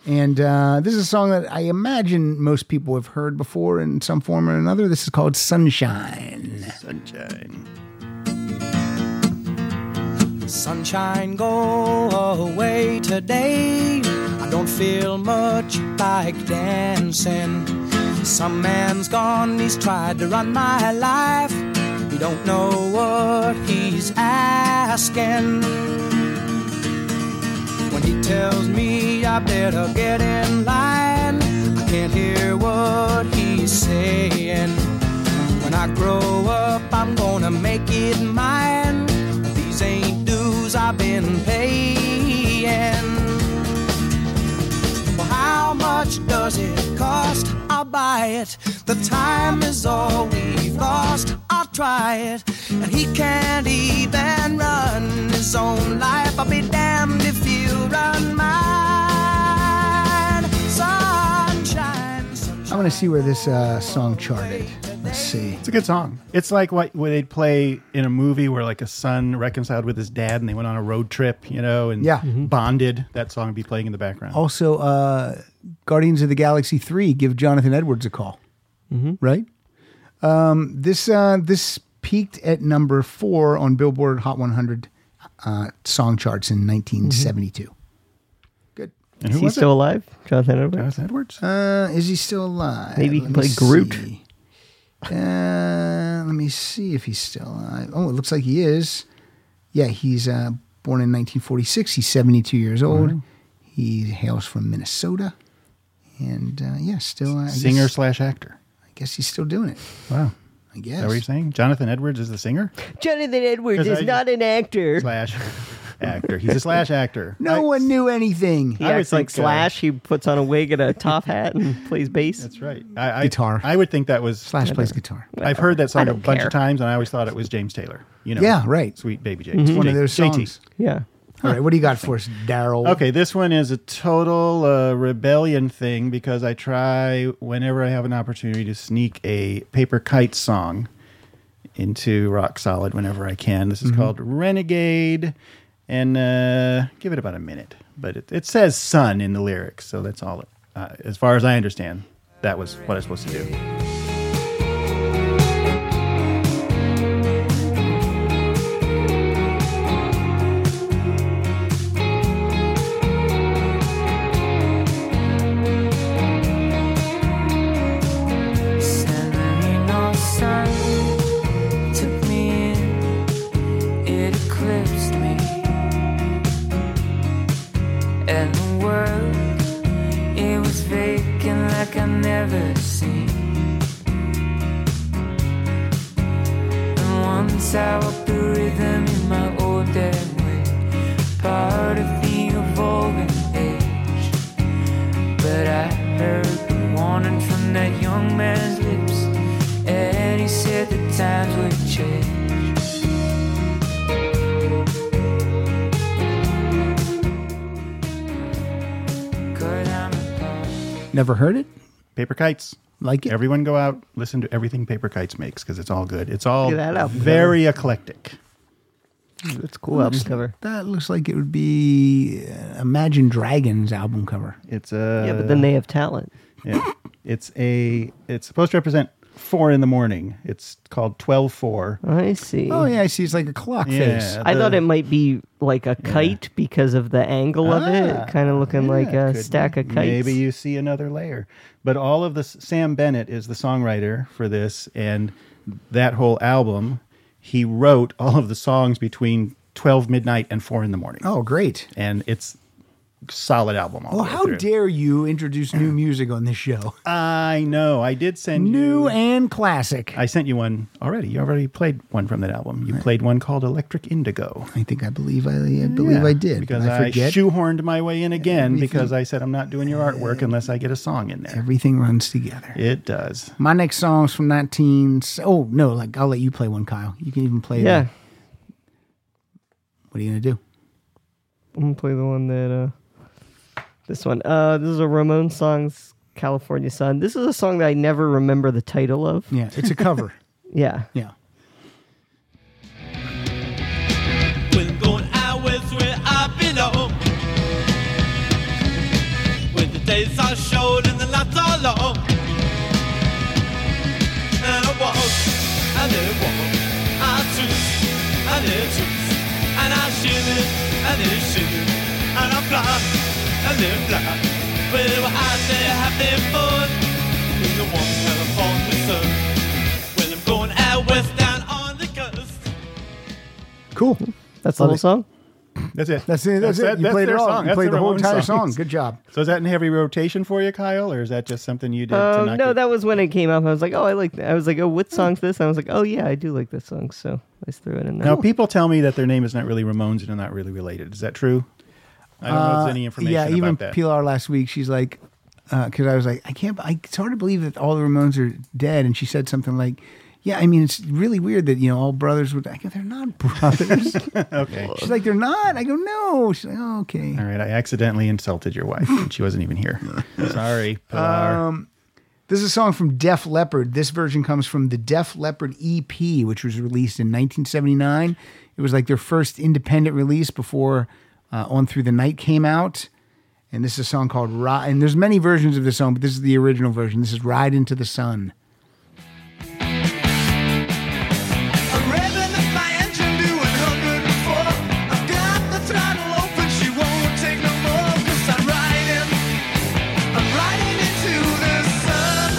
B: And uh, this is a song that I imagine most people have heard before in some form or another. This is called Sunshine.
D: Sunshine.
H: Sunshine, go away today. I don't feel much like dancing. Some man's gone, he's tried to run my life. He don't know what he's asking. When he tells me I better get in line, I can't hear what he's saying. When I grow up, I'm gonna make it mine. These ain't dues I've been paying. Well, how much does it cost? I'll buy it. The time is all we've lost. I'll try it. And he can't even run his own life. I'll be damned if you run mine. Sunshine,
B: I want to see where this uh, song charted. Let's see.
D: It's a good song. It's like what when they'd play in a movie where like a son reconciled with his dad and they went on a road trip, you know, and
B: Yeah. Oh, Mhm.
D: bonded. That song would be playing in the background.
B: Also, uh, Guardians of the Galaxy Three. Give Jonathan Edwards a call. Right. Um, this uh, this peaked at number four on Billboard Hot 100 uh, song charts in 1972. Good.
D: and
C: Is
D: who
C: he
D: was
C: still
D: it?
C: alive? Jonathan Edwards.
D: Jonathan Edwards.
B: Uh, is he still alive?
C: Maybe he
B: Let
C: can
B: me
C: play Groot.
B: see. Uh, let me see if he's still alive. Oh, it looks like he is. Yeah, he's uh, born in 1946. He's 72 years old. He hails from Minnesota, and uh, yeah, still uh, I
D: singer
B: Guess,
D: slash actor.
B: I guess he's still doing it.
D: Wow.
B: I
D: Is that what you're
B: guess.
D: saying? Jonathan Edwards is the singer
C: Jonathan Edwards
D: 'Cause
C: is
D: I-
C: not an actor.
D: slash actor. He's a slash actor.
B: No
D: I-
B: one knew anything.
C: He
D: I would
C: acts like
D: think, uh,
C: Slash. he puts on a wig and a top hat and plays bass.
D: That's right. I, I,
B: Guitar.
D: I would think that was.
B: Slash plays guitar.
D: I've heard that song a
C: don't
D: bunch
C: care.
D: of times, and I always thought it was James Taylor. You know,
B: Yeah, right.
D: Sweet baby James.
B: It's one of
D: J-
B: those
D: JT.
B: songs.
C: yeah.
B: All right, what do you got for us, Daryl?
D: Okay, this one is a total uh, rebellion thing because I try whenever I have an opportunity to sneak a paper kite song into Rock Solid whenever I can. This is
C: Mm-hmm.
D: called Renegade, and uh, give it about a minute. But it, it says "sun" in the lyrics, so that's all. It, uh, as far as I understand, that was what I was supposed to do.
H: at the world. It was vacant like I've never seen. And once I walked the rhythm in my old dead way, part of the evolving age. But I heard the warning from that young man's lips, and he said the times would change. Cause I'm a part
B: Never heard it?
D: Paper Kites.
B: Like it?
D: Everyone go out, listen to everything Paper Kites makes because it's all good. It's all
C: Look at that album
D: very eclectic.
C: That's a cool album cover.
B: That looks like it would be uh, Imagine Dragons album cover.
D: It's uh, a
C: Yeah, but then they have talent.
D: yeah. it's a it's supposed to represent four in the morning. It's called twelve four.
C: I see.
B: Oh yeah, I see. It's like a clock face.
D: Yeah,
C: I thought
D: the-
C: it might be like a kite because of the angle of
D: Ah,
C: it, kind of looking like
D: Yeah,
C: a
D: could
C: stack
D: be.
C: of kites.
D: Maybe you see another layer. But all of this, Sam Bennett is the songwriter for this, and that whole album, he wrote all of the songs between twelve midnight and four in the morning.
B: Oh great.
D: and it's solid album. All
B: Well,
D: the way
B: how
D: through.
B: dare you introduce new music on this show?
D: I know? I did send
B: New
D: You,
B: and classic. I,
D: I sent you one already. You already played one from that album. You played one called Electric Indigo.
B: think I believe I, I believe
D: Yeah,
B: I did.
D: because
B: I
D: I,
B: forget.
D: shoehorned my way in again
B: Everything-
D: because I said I'm not doing your artwork unless I get a song in there.
B: Everything runs together.
D: It does.
B: My next song's from 19. Oh no, like I'll let you play one, Kyle. You can even play. the-
C: Yeah,
B: what are you gonna do?
C: I'm gonna play the one that uh, this one. Uh, this is a Ramon songs, "California Sun." This is a song that I never remember the title of.
B: Yeah, it's a cover.
C: Yeah,
B: yeah.
E: When going out west where I belong. When the days are short and the nights are long. And I walk, I live walk, I choose, I live choose, and I shiver, I live shiver, and I fly, I live fly. Well, I say happy fun in the warm California sun. When I'm going out west down on the coast.
B: Cool.
C: that's the
B: Love
C: whole
B: it.
C: song.
D: That's it.
B: That's it. That's, it.
D: that-
B: you played it
D: their
B: all.
D: song.
B: You
D: That's
B: played the whole
D: Ramones
B: entire song.
D: songs.
B: Good job.
D: So is that in heavy rotation for you, Kyle, or is that just something you did to
C: Um,
D: not
C: no,
D: get-
C: that was when it came out. I was like, oh, I like. I was like, oh, what song's this? And I was like, oh yeah, I do like this song. So I just threw it in there.
D: Now people tell me that their name is not really Ramones and they're not really related. Is that true? I don't know if there's any information
B: Uh, yeah, even
D: about that.
B: Pilar last week, she's like, because I was like, I can't, I sort of believe that all the Ramones are dead, and she said something like, Yeah, I mean, it's really weird that you know all brothers would. I go, they're not brothers.
D: okay.
B: she's like, they're not. I go, no. She's like, oh, okay.
D: All right, I accidentally insulted your wife, and she wasn't even here. Sorry,
B: Um,
D: Pilar.
B: This is a song from Def Leppard. This version comes from the Def Leppard EP, which was released in 1979. It was like their first independent release before uh, On Through the Night came out. And this is a song called Ride. And there's many versions of this song, but this is the original version. This is Ride Into the Sun.
E: I'm revving up my engine to 104. I've got the throttle open, she won't take no more. Cause I'm riding, I'm riding into the sun.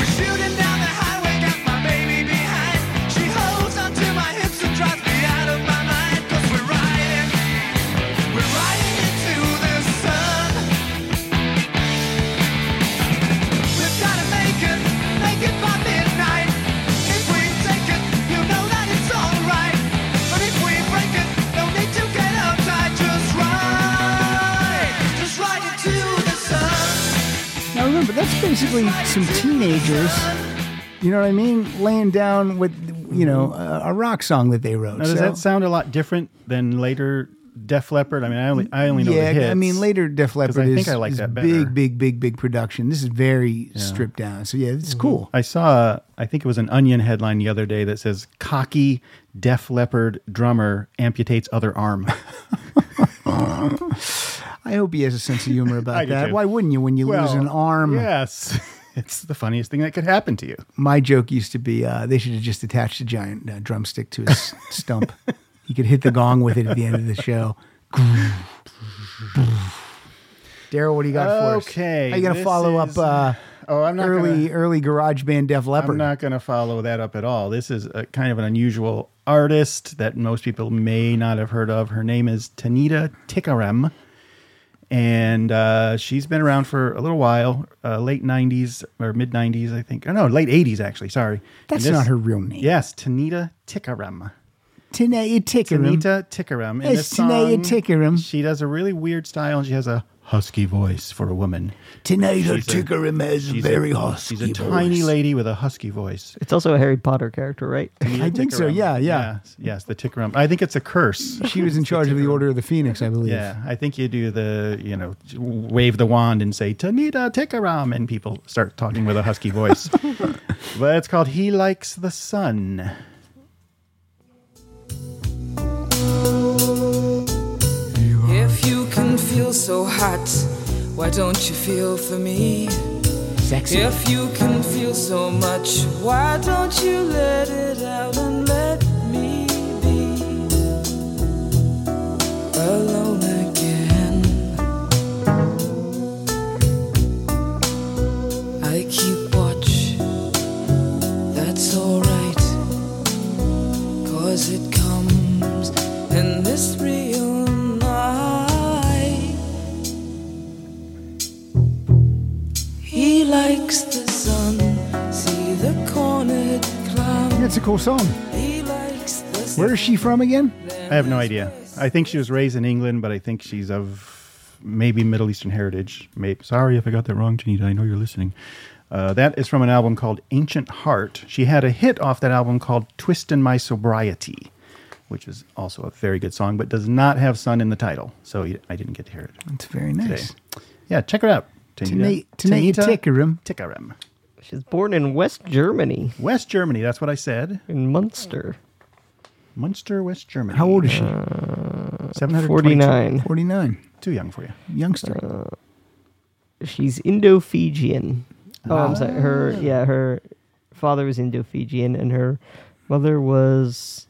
E: We're shooting down the highway, got my baby behind. She holds onto my hips and drives me out of my mind. Cause we're riding, we're riding into the sun. We've gotta make it, make it by midnight. If we take it, you know that it's alright. But if we break it, no need to get uptight. Just ride, just ride into the sun.
B: Now remember, that's basically some teenagers, you know what I mean, laying down with, you know,
D: Mm-hmm.
B: uh, a, a rock song that they wrote.
D: Now, does
B: So-
D: that sound a lot different than later Def Leppard? I mean, I only I only know
B: yeah,
D: the hits.
B: I mean, later Def Leppard
D: I
B: is,
D: think I like
B: is
D: that better.
B: big, big, big, big production. This is very stripped down. So yeah, it's cool.
D: Mm-hmm. I saw, I think it was an Onion headline the other day that says "cocky Def Leppard drummer amputates other arm."
B: I hope he has a sense of humor about
D: I do
B: that.
D: too.
B: Why wouldn't you when you lose an arm?
D: Yes, it's the funniest thing that could happen to you.
B: My joke used to be uh, they should have just attached a giant uh, drumstick to his stump. He could hit the gong with it at the end of the show. Daryl, what do you got for us?
D: Okay,
B: How you going to
D: this
B: follow up
D: is-
B: uh,
D: Oh, I'm not
B: early
D: gonna-
B: early garage band Def Leppard?
D: I'm not going to follow that up at all. This is a, kind of an unusual artist that most people may not have heard of. Her name is Tanita Tikaram. And uh, she's been around for a little while, uh, late 90s or mid 90s, I think. Oh, no, late 80s, actually. Sorry.
B: That's
D: And this-
B: not her real name.
D: Yes, Tanita Tikaram.
B: Tanea Tikaram.
D: Tanita Tikaram. And
B: It's
D: this song,
B: Tanea Tikaram.
D: She does a really weird style and she has a husky voice for a woman.
B: Tanea
D: She's a-
B: Tikaram has
D: She's
B: very
D: a,
B: husky
D: She's a tiny
B: voice.
D: lady with a husky voice.
C: It's also a Harry Potter character, right?
B: I think so.
D: Tikaram.
B: Yeah, yeah.
D: Yes, yes, the Tikaram. I think it's a curse.
B: She was in charge of the Order of the Phoenix, I believe.
D: Yeah, I think you do the, you know, wave the wand and say, Tanita Tikaram, and people start talking with a husky voice. but it's called He Likes the Sun.
K: If you can feel so hot, why don't you feel for me?
B: Sexy.
K: If you can feel so much, why don't you let it out and let me be alone again? I keep watch, that's alright, cause it comes in this real night. He likes the sun, see the cornered clown.
B: That's a cool song.
K: He likes the sun.
B: Where is she from again?
D: I have no idea. I think she was raised in England, but I think she's of maybe Middle Eastern heritage. Maybe. Sorry if I got that wrong, Janita. I know you're listening. Uh, that is from an album called Ancient Heart. She had a hit off that album called Twist in My Sobriety, which is also a very good song, but does not have sun in the title. So you- I didn't get to hear it.
B: That's very
D: today.
B: nice.
D: Yeah, check her out.
B: Tana- Tanita Tikaram.
D: Tikaram.
C: She's born in West Germany,
D: West Germany. That's what I said.
C: in Munster.
D: Munster, West Germany.
B: How old is
D: Uh,
B: she?
D: 722.
C: 49.
B: 49.
D: Too young for you.
B: Youngster.
D: uh,
C: She's Indo Fijian. Oh, I'm sorry.
D: Ah.
C: Her, yeah, her father was Indo Fijian and her mother was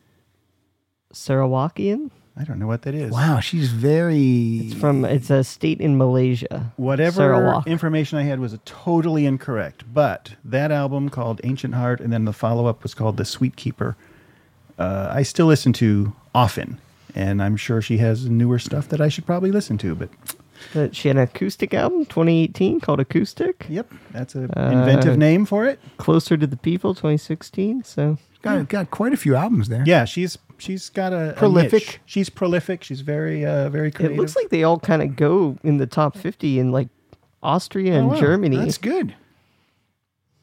C: Sarawakian.
D: I don't know what that is.
B: wow, she's very.
C: It's from, it's a state in Malaysia.
D: Whatever
C: Sarawak.
D: information I had was totally incorrect. But that album called Ancient Heart, and then the follow up was called The Sweet Keeper. Uh, I still listen to often, and I'm sure she has newer stuff that I should probably listen to. But
C: But she had an acoustic album, 2018, called Acoustic.
D: yep, that's an inventive name for it.
C: Closer to the People, 2016. So
B: Got, got quite a few albums there.
D: Yeah, she's she's got a a niche.
B: Prolific.
D: She's prolific. She's very uh, very creative.
C: it looks like they all kind of go in the top 50 in like Austria and
D: Oh, wow.
C: Germany.
B: That's good.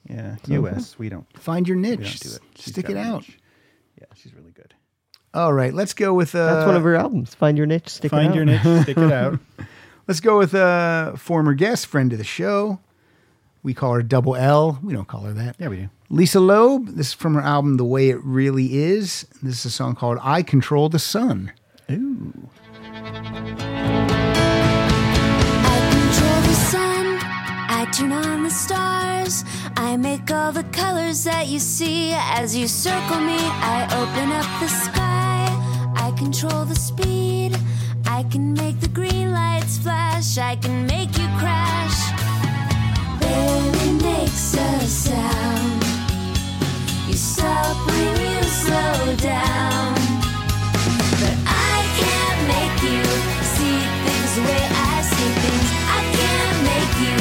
D: yeah, U.S. We don't
B: Find your
D: we don't
B: niche.
D: do it. She's
B: Stick
D: got
B: it
D: a
B: out.
D: niche. Yeah, she's really good.
B: All right, let's go with. Uh,
C: That's one of her albums. Find your niche, stick it
D: Find
C: out.
D: your niche, stick it out.
B: Let's go with a former guest, friend of the show. We call her Double L. We don't call her that.
D: Yeah, we do.
B: Lisa Loeb. This is from her album The Way It Really Is. This is a song called I Control the Sun.
I: I control the sun, I turn on the stars, I make all the colors that you see as you circle me. I open up the sky, I control the speed, I can make the green lights flash, I can make you crash. Baby makes a sound. You stop when you slow down. But I can't make you see things the way I see things. I can't make you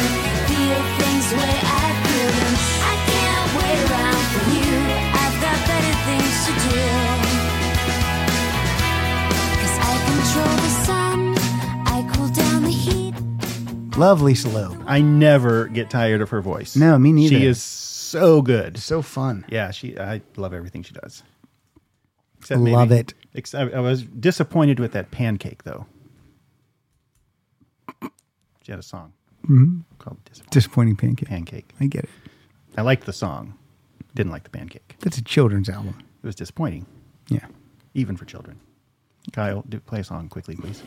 I: feel things the way I feel them. I can't wait around for you. I've got better things to do. Cause I control the sun, I cool down the heat.
B: Love Lisa Loeb.
D: I never get tired of her voice.
B: No, me neither.
D: She is so good.
B: So fun.
D: Yeah, she. I love everything she does. Except
B: Love it.
D: ex- I, I was disappointed with that pancake though. She had a song
B: Mm-hmm.
D: called Disappointed
B: Disappointing Pancake.
D: Pancake.
B: I get it.
D: I liked the song, didn't like the pancake.
B: That's a children's album.
D: It was disappointing,
B: Yeah.
D: even for children. Kyle, do play a song quickly, please.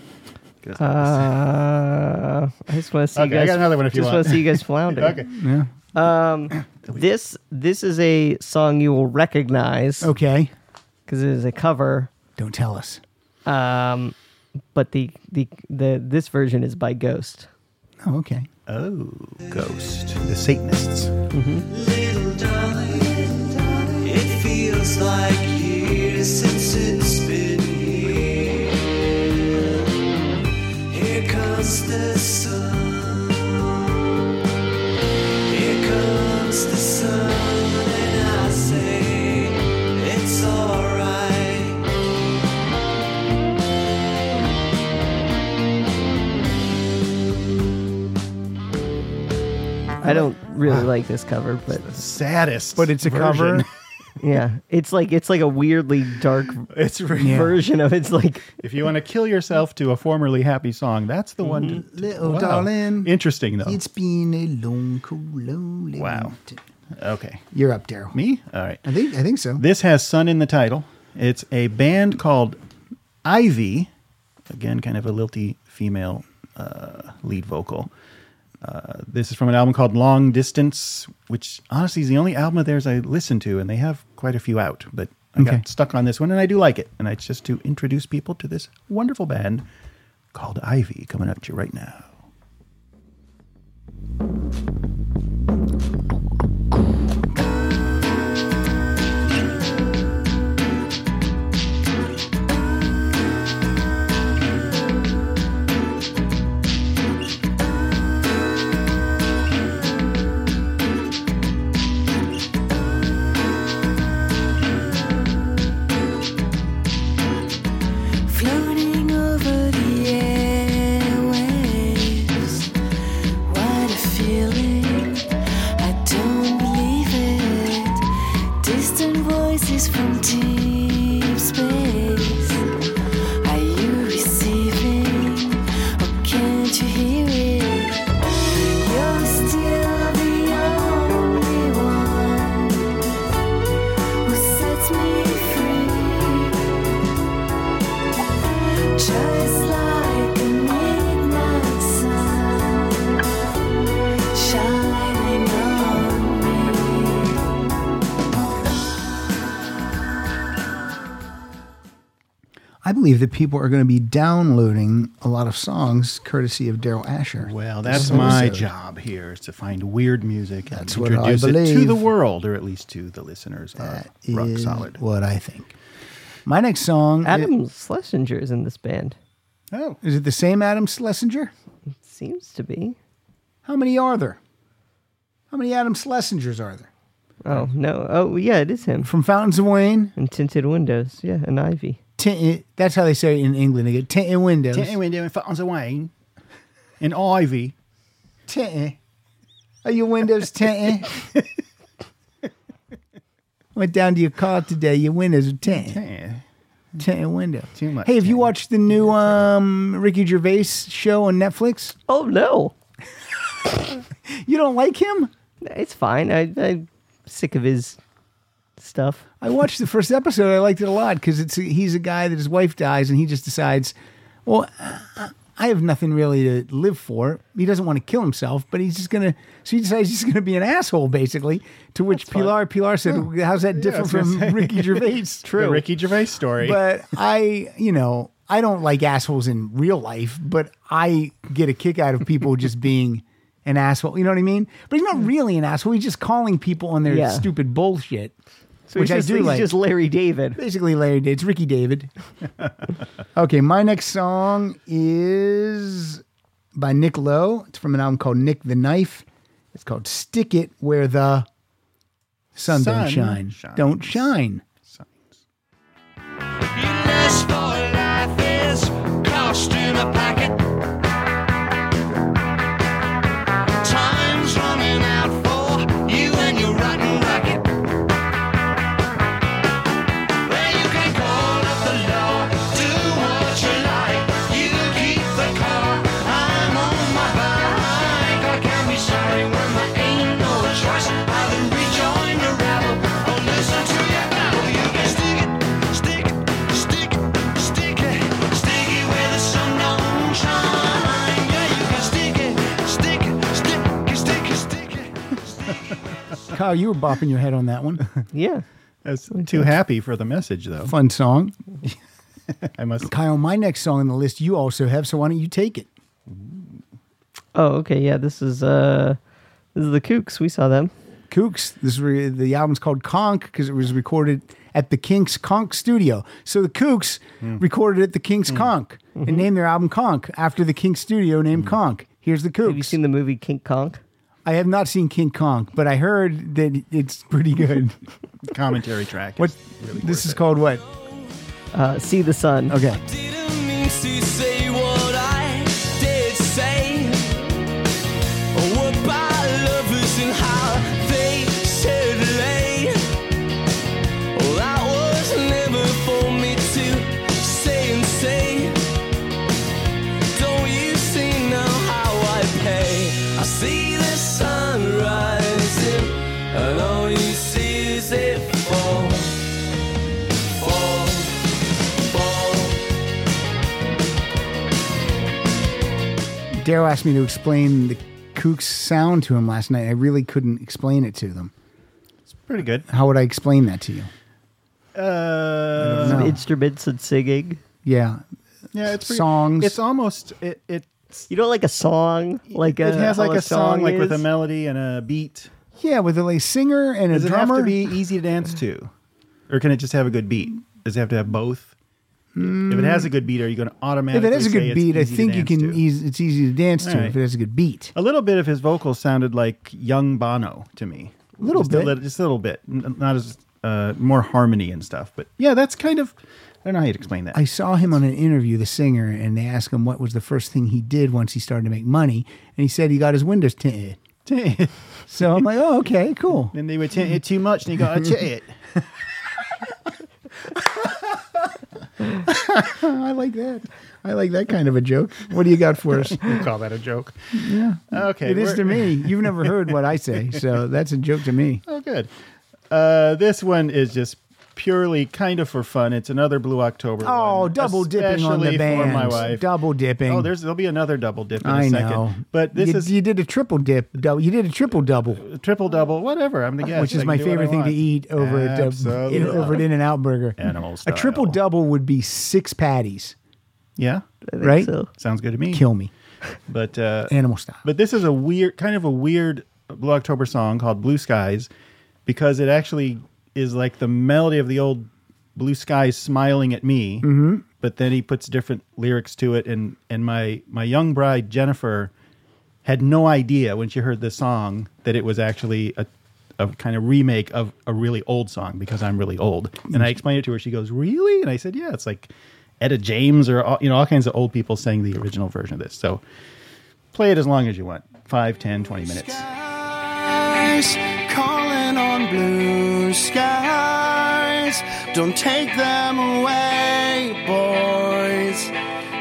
D: Get us out of
C: Uh, I just want to see
D: Okay,
C: you
D: I
C: guys.
D: got another one if you
C: just
D: want.
C: to see you guys flounder.
D: this. okay.
B: Yeah.
C: This this is a song you will recognize
B: Okay.
C: because it is a cover.
B: Don't tell us.
C: Um, but the, the the this version is by Ghost.
B: Oh, okay.
D: Oh, Ghost, the Satanists.
H: Little darling, it feels like years here since it's been here. Here comes the sun. Here comes the sun, and I say it's alright.
C: I don't really like this cover, but
D: saddest.
B: But it's a cover.
D: version.
C: yeah, it's like it's like a weirdly dark
D: It's re-
C: version of it's like
D: If you want to kill yourself to a formerly happy song, that's the one. to-
B: Mm-hmm. Little
D: Wow.
B: darling.
D: Interesting though.
B: It's been a long, cool, lonely
D: Wow.
B: winter.
D: okay.
B: You're up, Daryl.
D: Me? All right.
B: I think I think so.
D: This has sun in the title. It's a band called Ivy. Again, kind of a lilty female uh, lead vocal. Uh, this is from an album called Long Distance, which honestly is the only album of theirs I listened to, and they have quite a few out. But I
B: Okay.
D: got stuck on this one, and I do like it. And it's just to introduce people to this wonderful band called Ivy coming up to you right now.
H: Floating over the airwaves. What a feeling. I don't believe it. Distant voices from deep space. Are you receiving? Or can't you hear it? You're still the only one who sets me free. Just like a midnight sun shining on me.
B: I believe that people are going to be downloading a lot of songs courtesy of Daryl Asher.
D: Well,
B: This
D: that's my
B: episode.
D: job here is to find weird music and
B: That's what I
D: introduce it to
B: believe.
D: the world, or at least to the listeners of Rock
B: Is
D: Solid.
B: What I think. My next song
C: Adam Schlesinger is in this band.
D: Oh,
B: Is it the same Adam Schlesinger?
C: Seems to be.
B: How many are there? How many Adam Schlesingers are there?
C: Oh no! Oh yeah, it is him.
B: From Fountains of Wayne,
C: And tinted windows. Yeah, and ivy.
B: tint, that's how they say it in England. They get tint in windows.
D: Tintin Window and Fountains of Wayne and Ivy.
B: tinted. Are your windows tinted? Went down to your car today. Your windows are tinted.
D: Yeah.
B: Tinted window.
D: Too much
B: Hey, have you
D: tinted.
B: watched the new um, Ricky Gervais show on Netflix?
C: Oh no!
B: You don't like him?
C: It's fine. I, I'm sick of his stuff.
B: I watched the first episode. I liked it a lot because it's he's a guy that his wife dies and he just decides, well, I- I have nothing really to live for. He doesn't want to kill himself, but he's just gonna. So he decides he's gonna be an asshole, basically. To which Pilar Pilar said, "How's that different
D: was
B: from
D: gonna say.
B: Ricky Gervais?"
D: The Ricky Gervais story.
B: But I, you know, I don't like assholes in real life, but I get a kick out of people just being an asshole. You know what I mean? But he's not really an asshole. He's just calling people on their
C: Yeah.
B: stupid bullshit.
C: So he's
B: which I
C: just,
B: do
C: he's
B: like.
C: just Larry David.
B: Basically, Larry David. It's Ricky David. okay, my next song is by Nick Lowe. It's from an album called Nick the Knife. It's called Stick It Where the Sun, Don't
D: Sun
B: Shine.
D: Shines.
B: Don't Shine.
H: You lust for life is lost in a packet. Time's running out for you and your rotten racket. Well, you can call up the law, do what you like. You keep the car, I'm on my bike. I can be sorry when there ain't no choice. I then rejoin the rabble. Oh, listen to your battle. You can stick it, stick it, stick it, stick it, stick it where the sun don't shine. Yeah, you can stick it, stick it, stick it, stick it, stick it.
B: Kyle, you were bopping your head on that one.
C: Yeah.
D: That's too happy for the message, though.
B: Fun song.
D: I must.
B: Kyle, my next song on the list you also have, so why don't you take it?
C: Oh okay. Yeah. This is uh, this is the Kooks. We saw them.
B: Kooks. This re- the album's called Conk because it was recorded at the Kinks Conk Studio. So the Kooks
D: Hmm.
B: recorded at the Kinks Conk
D: Mm-hmm.
B: and named their album Conk after the Kinks Studio
D: Hmm.
B: named Conk. Here's the Kooks. Have you seen
C: the movie Kink Conk?
B: I have not seen King Kong, but I heard that it's pretty good.
D: Commentary track.
B: What? this is called what?
C: Uh, See the Sun.
D: Oh,
B: Okay.
L: didn't mean to say what I did say. Or about lovers and how they should lay. Well, that was never for me to say and say. Don't you see now how I pay? I see the sun rising, and all you see is it fall. Fall, fall.
B: Daryl asked me to explain the Kooks sound to him last night. I really couldn't explain it to them. It's
D: pretty good.
B: How would I explain that to you?
D: Uh,
C: Some instruments and singing.
B: Yeah.
D: Yeah, it's pretty-
B: songs.
D: It's almost it. It's
C: you don't like a song like
D: it
C: a,
D: has
C: how
D: like a song, like with a
C: is?
D: melody and a beat.
B: yeah, with a like, singer and
D: Does
B: a
D: it have
B: drummer.
D: to be easy to dance to, or can it just have a good beat? Does it have to have both? If it has a good beat, are you going to
B: if
D: automatically?
B: it has a
D: say
B: good
D: it's
B: beat, I
D: easy to
B: think you
D: dance
B: can.
D: to?
B: Easy, it's easy to dance to
D: All
B: if
D: right.
B: it has a good beat.
D: A little bit of his vocals sounded like young Bono to me.
B: Little
D: just
B: bit.
D: a little, just a little bit. N- Not as uh, more harmony and stuff, but yeah, that's kind of. I don't know how you'd explain that.
B: I saw him on an interview, the singer, and they asked him what was the first thing he did once he started to make money, and he said he got his windows tinted. so I'm like, oh, okay, cool.
D: Then they would tint it too much, and you gotta tint it.
B: I like that. I like that kind of a joke. What do you got for us?
D: You call that a joke?
B: Yeah.
D: Okay,
B: It is
D: we're-
B: to me. You've never heard what I say, so that's a joke to me.
D: Oh, good. Uh, this one is just purely kind of for fun. It's another Blue October.
B: Oh,
D: one,
B: double dipping on
D: especially
B: the band.
D: for my wife.
B: Double dipping.
D: Oh, there's there'll be another double dip in a
B: I
D: second.
B: know.
D: But this
B: you,
D: is
B: you did a triple dip. Double. You did a triple double,
D: triple double, whatever. I'm the guest,
B: which
D: I
B: is
D: can
B: my
D: do what I
B: favorite thing to
D: want.
B: eat over at uh, in,
D: Absolutely.
B: over at In and Out Burger.
D: Animal
B: A triple double would be six patties.
D: Yeah,
C: think
B: right.
C: so.
D: Sounds good to me.
B: Kill me.
D: But uh,
B: Animal style.
D: But this is a weird, kind of a weird Blue October song called "Blue Skies," because it actually is like the melody of the old "Blue Skies Smiling at Me."
B: Mhm.
D: But then he puts different lyrics to it, and and my my young bride Jennifer had no idea when she heard this song that it was actually a a kind of remake of a really old song because I'm really old. And I explained it to her. She goes, "Really?" And I said, "Yeah." It's like Etta James or all, you know all kinds of old people sang the original version of this. So play it as long as you want 5 10 20 minutes
H: skies, calling on blue skies. Don't take them away, boys.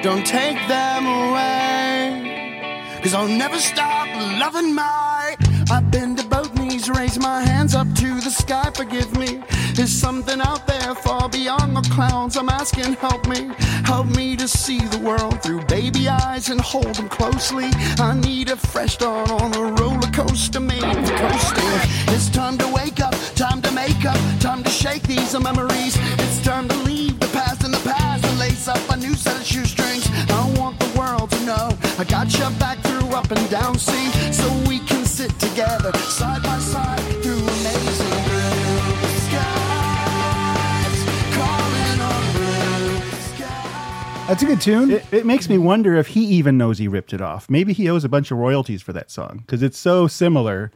H: Don't take them away. Cause I'll never stop loving my. I've been to both knees, raise my hands up to the sky, forgive me. There's something out there far beyond the clouds. I'm asking, help me, help me to see the world through baby eyes and hold them closely. I need a fresh start on a roller coaster made for coasting. It's time to wake up, time to make up, time to shake these memories. It's time to leave the past in the past and lace up a new set of shoestrings. I want the world to know I got your back through up and down, see, so we can sit together side by side through amazing blue skies. Calling on blue
B: That's a good tune.
D: It, it makes me wonder if he even knows he ripped it off. Maybe he owes a bunch of royalties for that song because it's so similar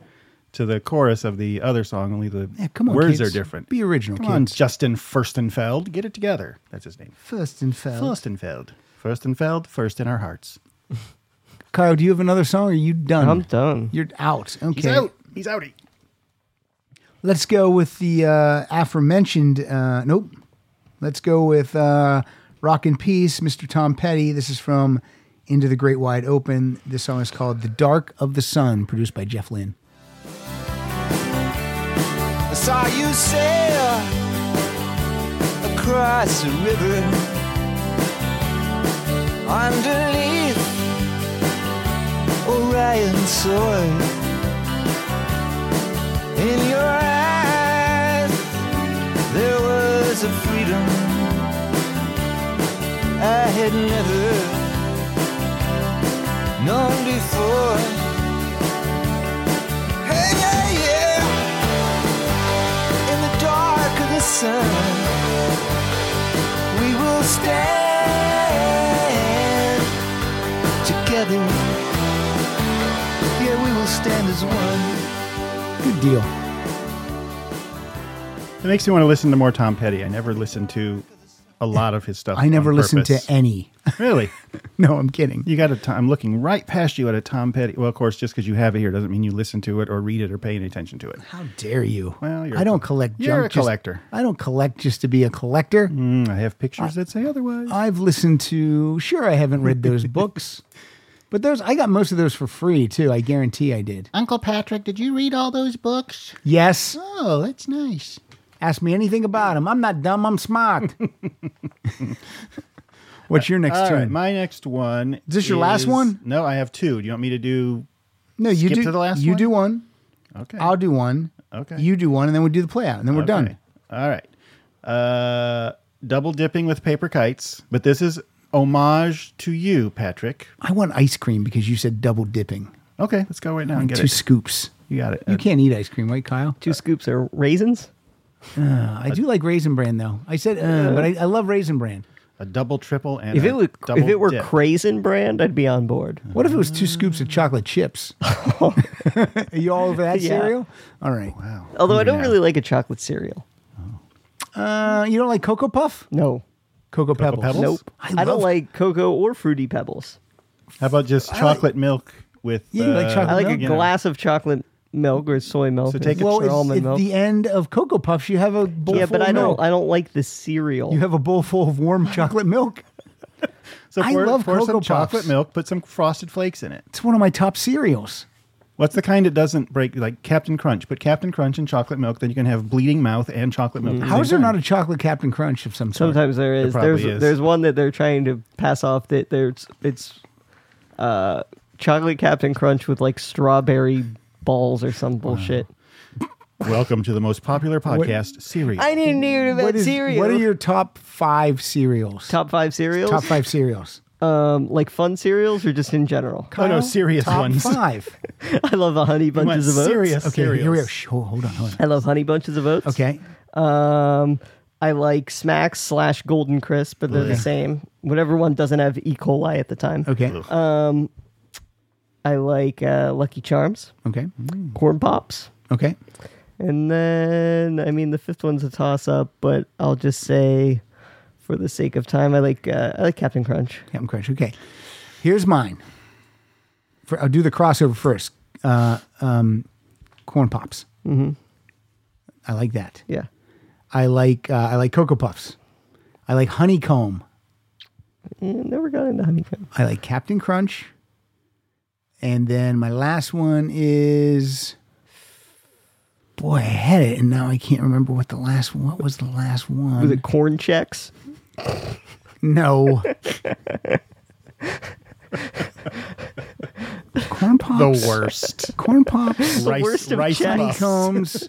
D: to the chorus of the other song, only the
B: come on,
D: words
B: kids.
D: are different.
B: Be original,
D: Come on,
B: kids.
D: Justin Furstenfeld, get it together. That's his name.
B: First and fell.
D: Furstenfeld. Furstenfeld, first in our hearts.
B: Kyle, do you have another song? Or are you done?
D: I'm
C: done.
B: You're out. Okay.
D: He's out. He's outie.
B: Let's go with the uh, aforementioned. Uh, nope. Let's go with uh, Rock in Peace, Mr. Tom Petty. This is from Into the Great Wide Open. This song is called The Dark of the Sun, produced by Jeff Lynne.
L: I saw you sail across the river underneath Orion's sword. In your eyes, there was a freedom I had never known before. Hey, yeah, yeah in the dark of the sun.
H: stand together. Yeah, we will stand as one.
B: Good deal.
D: It makes me want to listen to more Tom Petty. I never listened to a lot of his stuff.
B: I never
D: on
B: listened to
D: purpose.
B: any.
D: Really?
B: no, I'm kidding.
D: You got a Tom. I'm looking right past you at a Tom Petty. Well, of course, just because you have it here doesn't mean you listen to it or read it or pay any attention to it.
B: How dare you?
D: Well, you're
B: I don't collect junk.
D: You're a
B: just-
D: collector. Mm.
B: I don't collect just to be a collector.
D: I have pictures that say otherwise.
B: I've listened to, sure, I haven't read those books, but those, I got most of those for free too. I guarantee I did.
M: Uncle Patrick, did you read all those books?
B: Yes.
M: Oh, that's nice.
B: Ask me anything about them. I'm not dumb. I'm smart. What's your next
D: All right,
B: turn?
D: my next one. Is
B: this your last one?
D: No, I have two. Do you want me to do?
B: no, you
D: skip
B: do.
D: to the last
B: you
D: one?
B: do one.
D: Okay.
B: I'll do one.
D: Okay.
B: You do one, and then we do the play out, and then we're done.
D: Okay. All right. Uh, double dipping with paper kites, but this is homage to you, Patrick.
B: I want ice cream because you said double dipping.
D: Okay, let's go right now and get
B: Two
D: it.
B: scoops.
D: You got it.
B: You can't eat ice cream, right, Kyle?
C: Two scoops are raisins.
B: Uh, I do like Raisin Bran though. I said, uh, but I, I love Raisin Bran.
D: A double, triple, and
C: If
D: a
C: it were
D: double
C: if it were
D: dip.
C: Craisin brand, I'd be on board.
B: What if it was two scoops of chocolate chips? Are you all over that
C: Yeah.
B: cereal? All right.
D: wow.
C: Although I don't really like a chocolate cereal.
B: Uh, you don't like Cocoa Puff?
C: No,
B: Cocoa, Pebbles.
D: Pebbles?
C: nope.
B: I
C: I,
B: love-
C: don't like cocoa or fruity pebbles.
D: How about just chocolate milk with?
B: Yeah, you like
D: uh,
B: chocolate
C: I like
B: milk?
C: a
D: you know,
C: glass of chocolate milk or soy milk.
D: So
C: or
D: take a-
B: Well,
C: or almond
B: it's, at
C: milk.
B: the end of Cocoa Puffs, you have a bowl
C: yeah,
B: full
C: but I
B: of
C: don't.
B: milk.
C: I don't like the cereal.
B: you have a bowl full of warm chocolate milk.
D: So
B: I
D: pour,
B: love
D: pour some
B: Cocoa
D: chocolate
B: Puffs.
D: milk. Put some frosted flakes in it.
B: It's one of my top cereals.
D: What's the kind that doesn't break? Like Captain Crunch. Put Captain Crunch and chocolate milk. Then you can have bleeding mouth and chocolate milk.
B: How is there not a chocolate Captain Crunch of some sort?
C: Sometimes there is.
D: probably
C: there's
D: is.
C: there's one that they're trying to pass off that there's it's uh chocolate Captain Crunch with like strawberry balls or some bullshit.
D: Welcome to the most popular podcast series.
C: I didn't hear about
B: What is-
C: cereal.
B: What are your top five cereals?
C: top five cereals?
B: Top five cereals.
C: Um, like fun cereals or just in general.
D: Oh no,
B: Kyle,
D: serious
B: top
D: ones.
B: Five.
C: I love the honey
D: You went
C: bunches of oats.
D: serious
B: Okay,
D: cereals.
B: here we go. Shh, oh, hold hold on, hold on.
C: I love honey bunches of oats.
B: Okay.
C: Um, I like Smacks slash Golden Crisp, but they're the same. Whatever one doesn't have E. coli at the time.
B: Okay.
C: I like uh, Lucky Charms,
B: Okay.
C: Corn Pops.
B: Okay.
C: And then, I mean, the fifth one's a toss up, but I'll just say, for the sake of time, I like uh, I like Captain Crunch.
B: Captain Crunch. Okay. Here's mine. For, I'll do the crossover first. Uh, um, corn pops. Mm-hmm. I like that.
C: Yeah,
B: I like uh, I like cocoa puffs. I like honeycomb.
C: Yeah, never got into honeycomb.
B: I like Captain Crunch. And then my last one is. Boy, I had it, and now I can't remember what the last. What was the last one?
C: Was it corn checks?
B: No. corn pops.
D: The worst.
B: Corn pops.
D: rice,
C: worst of
D: rice
C: checks.
D: puffs.
B: Honeycombs.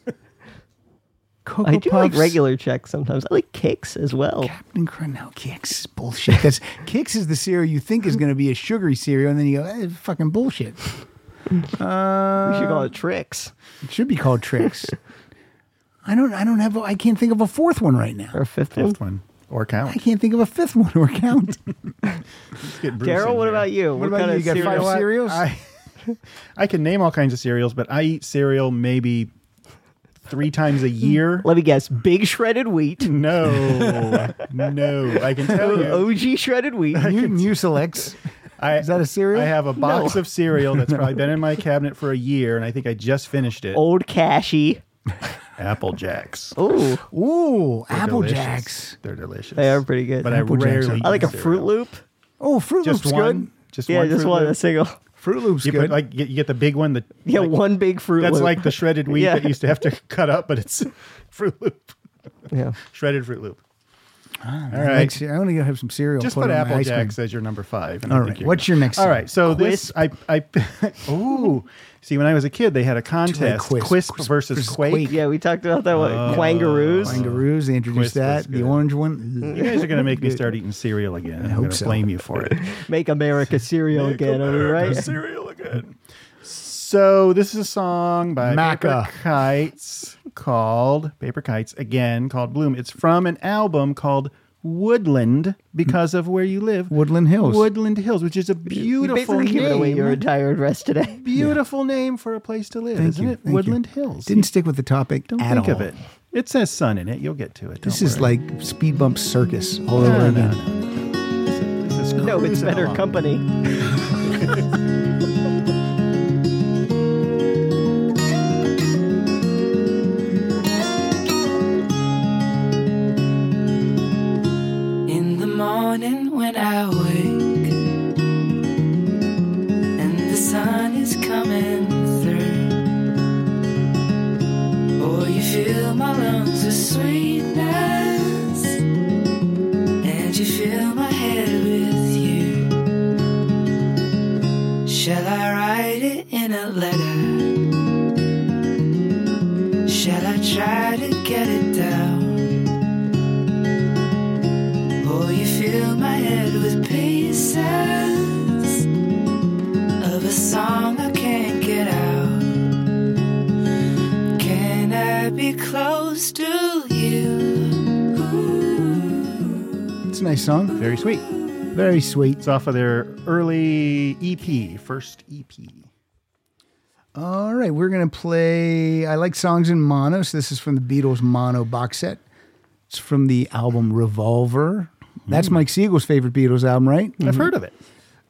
B: Cocoa
C: I do
B: puffs.
C: like regular checks sometimes. I like cakes as well.
B: Captain Crunch. No, Kix is bullshit. That's Kix is the cereal you think is going to be a sugary cereal, and then you go, eh, fucking bullshit. Uh,
C: we should call it tricks
B: It should be called tricks. I don't. I don't have. A, I can't think of a fourth one right now.
C: or fifth,
D: Fifth one
C: one.
D: or
B: I
D: count.
B: can't think of a fifth one or count.
D: Let's get Bruce
C: Daryl,
D: in
C: what
D: here.
C: about you?
B: about you? You got five cereal?
C: cereal-
B: cereals?
D: I, I can name all kinds of cereals, but I eat cereal maybe three times a year.
C: Let me guess. Big shredded wheat.
D: No, no, I can tell you.
C: OG shredded wheat.
B: Mu- Mucilex.
D: I,
B: Oh, Is that a cereal?
D: I have a box of cereal that's probably been in my cabinet for a year, and I think I just finished it.
B: Oh.
C: Old cashy.
D: Apple Jacks.
C: Ooh,
B: Ooh,
D: They're
B: Apple
D: delicious.
B: Jacks.
D: They're delicious.
C: they are pretty good.
D: But
B: Apple
D: I
B: Jacks
D: rarely.
B: are-
D: eat
C: I like a
D: cereal.
C: Fruit Loop.
B: Oh, Fruit
D: Just
B: Loop's
D: one.
B: good.
D: Just
C: yeah,
D: one
C: just
D: Fruit
C: one
D: Loop?
C: a single.
B: Fruit Loop's
D: You
B: good.
D: put like you you get the big one. The
C: Yeah,
D: like-
C: one big Fruit
D: That's
C: Loop.
D: like the shredded wheat
C: Yeah.
D: that you used to have to cut up, but it's Fruit Loop,
C: yeah.
D: shredded Fruit Loop. All
B: I,
D: right,
B: like, I want to have some cereal.
D: just
B: put
D: put
B: on my
D: Apple
B: ice cream.
D: Jacks as your number five. and I
B: All
D: think
B: right,
D: you're
B: what's
D: good.
B: your next
D: All
B: song?
D: right, so this I I oh, see when I was a kid they had a contest:
B: Quisp.
D: Quisp,
B: Quisp
D: versus
B: versus
D: Quake.
B: Quake.
C: Yeah, we talked about that one.
D: Oh.
C: Quangaroos.
B: Kangaroos, they introduced
D: Twist was
B: that. The
D: good.
B: orange one.
D: You guys are gonna make me start eating cereal again. I am
B: hope
D: gonna
B: so.
D: blame you for it.
C: Make America cereal again. Are we right?
D: cereal again. So this is a song by
B: Macca.
D: Paper Kites called Paper Kites again called Bloom. It's from an album called Woodland because of where you live.
B: Woodland Hills.
D: Woodland Hills, which is a beautiful
C: Basically giving away
D: name.
C: your entire address today.
D: beautiful name for a place to live,
B: Thank
D: isn't
B: you,
D: it?
B: thank you.
D: Woodland Hills.
B: Didn't stick with the topic
D: Don't
B: at
D: think
B: all.
D: of it. It says sun in it. You'll get to it.
B: This
D: Don't
B: is
D: worry.
B: like speed bump circus all
D: No,
B: over
D: no,
B: again.
D: This is
C: No, it's
D: cruising
C: better
D: along.
C: company.
K: In the morning when I wake and the sun is coming through, boy, you feel my lungs with sweetness, and you fill my head with you. Shall I write it in a letter? Shall I try to get it down? Oh, you fill my head with pieces of a song I can't get out. Can I be close to you?
B: It's a nice song.
D: Very sweet.
B: Very sweet.
D: It's off of their early EP, first E EP.
B: All right, we're gonna play. I like songs in mono, so this is from the Beatles mono box set. It's from the album Revolver.
D: Mm.
B: That's Mike Siegel's favorite Beatles album, right?
D: I've heard of it.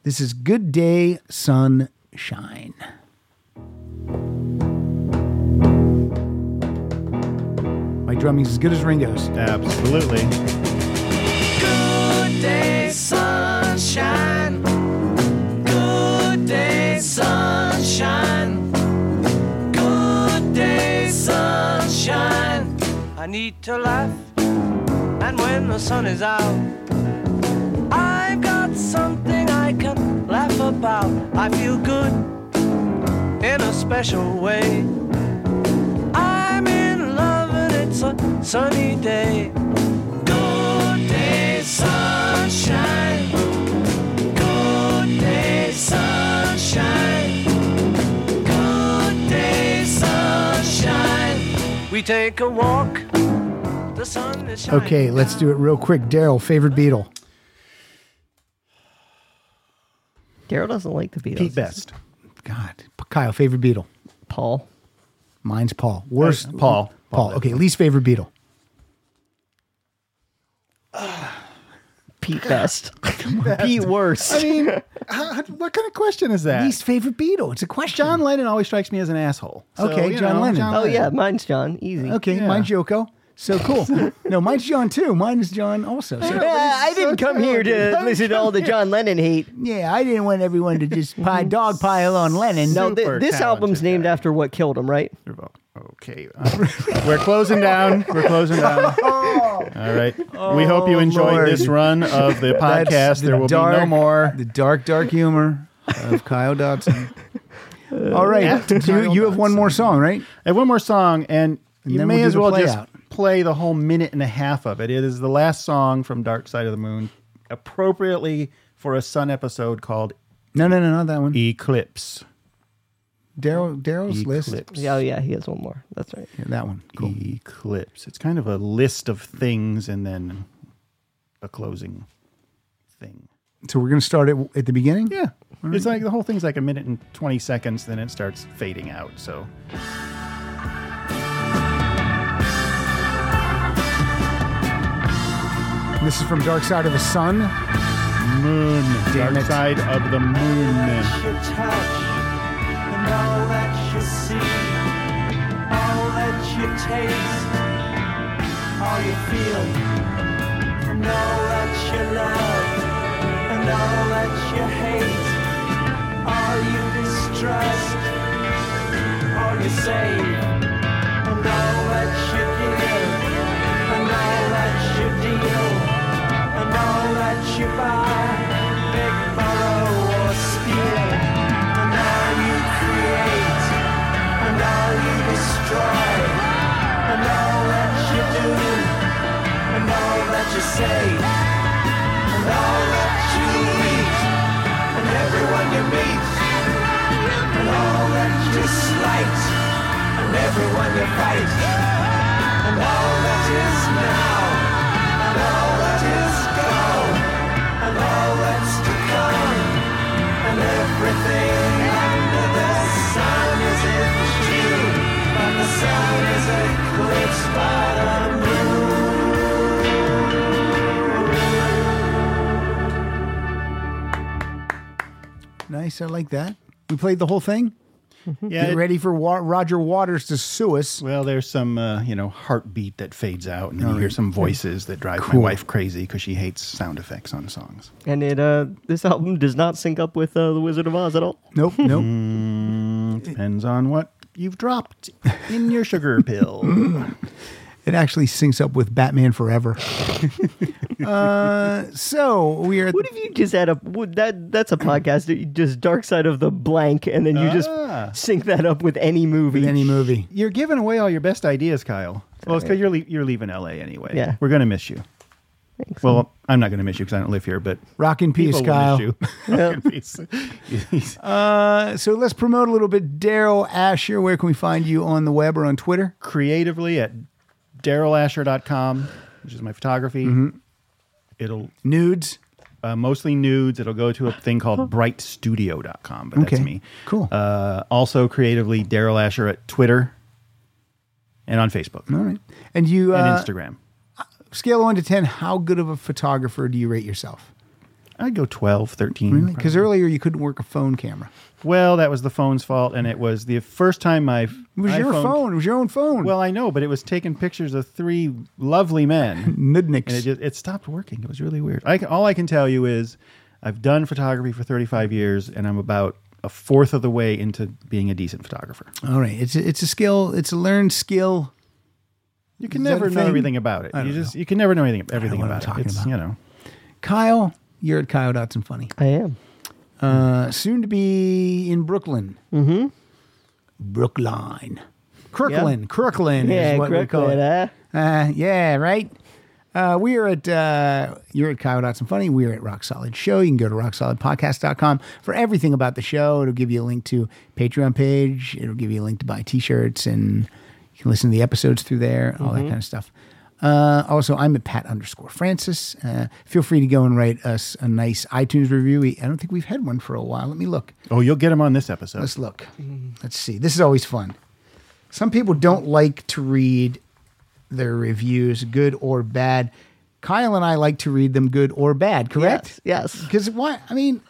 B: This is Good Day Sunshine. My drumming's as good as Ringo's.
D: Absolutely.
E: Good day, sunshine. Good day, sunshine. Good day, sunshine. I need to laugh, and when the sun is out, I've got something I can laugh about. I feel good in a special way. I'm in love, and it's a sunny day. Good day, sunshine. Good day, sunshine. Good day, sunshine. We take a walk. The sun is shining.
B: Okay, let's do it real quick. Daryl, favorite Beatle.
C: Daryl doesn't like the Beatles.
D: Pete Best.
B: God, Kyle, favorite Beatle.
C: Paul.
B: Mine's Paul. Worst,
D: Paul. Uh, Paul.
B: Paul. Okay, least favorite Beatle.
C: Pete Best. Pete Worst.
D: I mean, how, how- what kind of question is that?
B: Least favorite Beatles. It's a question.
D: John Lennon always strikes me as an asshole. So,
B: Okay,
D: you
B: John Lennon.
C: oh yeah, mine's John. Easy.
B: Okay,
D: Yeah.
B: mine's Yoko. So cool. no, mine's John too. Mine is John also. So-
C: Yeah, I didn't come here to listen to all the John Lennon hate.
B: yeah, I didn't want everyone to just pie, dog pile on Lennon.
C: No, thi-
D: Super
C: this
D: talented
C: album's named
D: guy.
C: after what killed him, right?
D: Okay, uh, we're closing down. We're closing down. All right. we hope you enjoyed
B: Lord.
D: this run of the
B: That's
D: podcast.
B: the
D: there will be no
B: dark-
D: more.
B: The dark, dark humor of Kyle Dodson. All right,
D: yeah.
B: you, you have one more song, right?
D: I have one more song, and, you
B: then
D: may
B: we'll do
D: as
B: the
D: well
B: play
D: just
B: out.
D: play the whole minute and a half of it. It is the last song from Dark Side of the Moon, appropriately for a Sun episode called
B: No, no, no, not that
D: E-
B: one.
D: Eclipse.
B: Daryl, Daryl's list.
D: Eclipse.
C: Yeah, Oh yeah, he has one more. That's right.
B: Yeah, that one. Cool.
D: Eclipse. It's kind of a list of things and then a closing thing.
B: So we're gonna start it w- at the beginning.
D: Yeah. It's like the whole thing's like a minute and 20 seconds, then it starts fading out. So
B: This is from Dark Side of the Sun.
D: moon,
B: Damn
D: dark
B: it.
D: side of the moon.
E: you touch and all that you see, all that you taste, all you feel, and all that you love, and all that you hate, all you distrust, all you save, and all that you give, and all that you deal, and all that you buy, big borrow or steal, and all you create, and all you destroy, and all that you do, and all that you say, and all that you eat, and everyone you meet, and all that you slight, and everyone you fight, and all that is now, and all that is
B: Nice. I like that. We played the whole thing.
D: Yeah,
B: Get
D: it-
B: ready for Wa- Roger Waters to sue us.
D: Well, there's some uh, you know heartbeat that fades out, and then you
B: All
D: hear
B: right.
D: some voices that drive
B: Oh, Cool.
D: my wife crazy because she hates sound effects on songs.
C: And it uh, this album does not sync up with uh, the Wizard of Oz at all.
B: Nope, nope.
D: depends on what you've dropped in your sugar pill.
B: It actually syncs up with Batman Forever. uh, so we are.
C: What if you just add up? Would that that's a podcast. that you just Dark Side of the Blank, and then you
D: Ah.
C: just sync that up with any movie.
B: any movie.
D: You're giving away all your best ideas, Kyle. Well, it's because you're le- you're leaving LA anyway.
C: Yeah.
D: we're gonna miss you. Well, I'm not gonna miss you because I don't live here, but
B: Rock in peace,
D: people
B: Kyle.
D: will miss you. Rock in peace.
B: Uh, so let's promote a little bit. Daryl Asher, where can we find you on the web or on Twitter?
D: Creatively at DarylAsher.com, which is my photography.
B: Mm-hmm.
D: It'll
B: Nudes.
D: uh, mostly nudes. It'll go to a thing called brightstudio.com, but
B: Oh. Okay,
D: that's me.
B: cool.
D: Uh, also, creatively, Daryl Asher at Twitter and on Facebook
B: All right. And you uh,
D: and Instagram.
B: Scale of one to ten. How good of a photographer do you rate yourself?
D: I'd go 12, 13.
B: Really? Because earlier you couldn't work a phone camera.
D: Well, that was the phone's fault, and it was the first time my it
B: It was your phone. It was your own phone.
D: Well, I know, but it was taking pictures of three lovely men, and it
B: Nudniks.
D: just it stopped working. It was really weird. I can, all I can tell you is, I've done photography for 35 years, and I'm about a fourth of the way into being a decent photographer.
B: All right. It's a, it's a skill. It's a learned skill.
D: You can
B: Is that
D: never
B: a
D: know
B: thing?
D: everything about it.
B: I
D: You
B: don't
D: just you can never know anything everything
B: know what I'm
D: about it.
B: talking
D: It's,
B: about.
D: You know,
B: Kyle, you're at Kyle Dotson Funny.
C: I am.
B: Uh, soon to be in Brooklyn. Mm-hmm. Brookline. Kirkland. Kirkland
C: Yeah,
B: is what we call
C: Kirkland,
B: it.
C: huh?
B: Uh, yeah, right. Uh, we are at uh, you're at Kyle Dotson Funny. We are at Rock Solid Show. You can go to rocksolidpodcast.com for everything about the show. It'll give you a link to Patreon page. It'll give you a link to buy T-shirts and you can listen to the episodes through there. All that kind of stuff. Uh, also, I'm at Pat underscore Francis. Uh, feel free to go and write us a nice iTunes review. We, I don't think we've had one for a while. Let me look.
D: oh, you'll get them on this episode.
B: Let's look. Let's see. This is always fun. Some people don't like to read their reviews, good or bad. Kyle and I like to read them good or bad, correct?
C: Yes, yes.
B: Because why? I mean,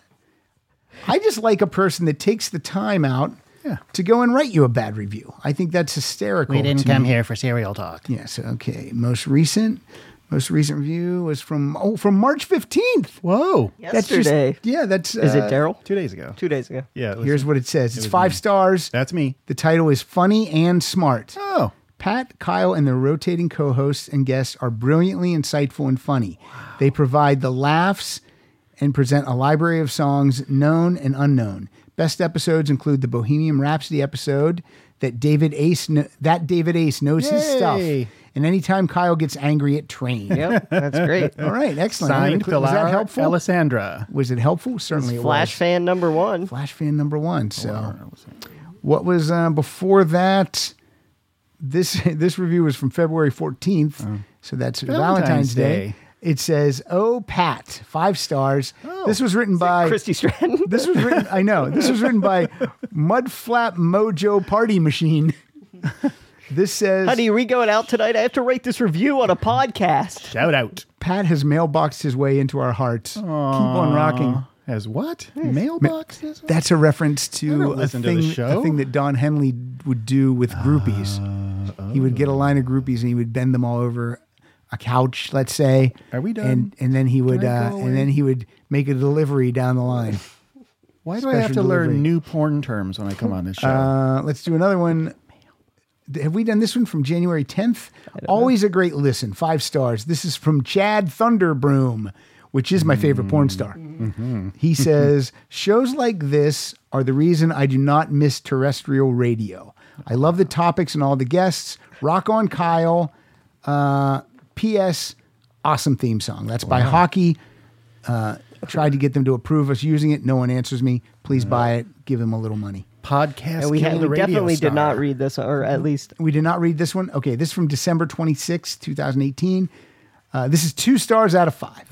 B: I just like a person that takes the time out
D: Yeah.
B: to go and write you a bad review. I think that's hysterical.
M: We didn't
B: to
M: come
B: me.
M: here for cereal talk.
B: Yes. Okay. Most recent, most recent review was from oh from March fifteenth.
D: Whoa,
B: That's just-
C: Yesterday.
B: yeah. That's
C: Is it
B: uh,
C: Daryl?
D: two days ago.
C: Two days ago.
D: Yeah, it was-
B: Here's what it says. It's
D: was
B: five
D: me.
B: stars.
D: that's me.
B: The title is Funny and Smart.
D: Oh,
B: Pat, Kyle, and their rotating co hosts and guests are brilliantly insightful and funny. They provide the laughs and present a library of songs known and unknown. Best episodes include the Bohemian Rhapsody episode that David Ace kn- that David Ace knows his stuff.
D: Yay.
B: And anytime Kyle gets angry at train.
C: Yep, that's great.
B: All right, excellent. I'm gonna
D: signed
B: click- was that
D: Pilar
B: helpful?
D: Alessandra.
B: was it helpful? Certainly it
C: Flash
B: was.
C: fan number one.
B: Flash fan number one. So what was uh, before that? This this review was from February fourteenth, so that's Valentine's,
D: Valentine's
B: Day.
D: Day.
B: It says, "Oh, Pat, five stars." this was written by
C: Christy Stratton.
B: This was written. I know this was written by Mudflap Mojo Party Machine. This says
C: Honey, are we going out tonight? I have to write this review on a podcast.
D: Shout out.
B: Pat has mailboxed his way into our hearts. Keep on rocking.
D: As what? Mailboxes?
B: That's a reference
D: I
B: to
D: don't
B: a
D: listen to the
B: thing,
D: show. Uh,
B: a thing that Don Henley would do with groupies. He would get a line of groupies and he would bend them all over a couch, let's say.
D: Are we done?
B: And and then he would
D: Can I
B: uh,
D: go away?
B: and then he would make a delivery down the line.
D: Why do I have to
B: Special delivery.
D: learn new porn terms when I come on this show?
B: Uh, let's do another one. Have we done this one from January 10th? Always a great listen. Five stars. This is from Chad Thunderbroom, which is my favorite porn star. He says, Shows like this are the reason I do not miss terrestrial radio. I love the topics and all the guests. Rock on, Kyle. Uh, P.S. Awesome theme song. That's by Hockey. Uh, tried to get them to approve us using it. No one answers me. Please buy it. Give them a little money.
D: Podcast.
C: And we, had,
D: Kill the
C: we
D: Radio
C: definitely
D: Star.
C: did not read this, or at least
B: We did not read this one. Okay, this is from December 26, 2018. Uh, this is two stars out of five.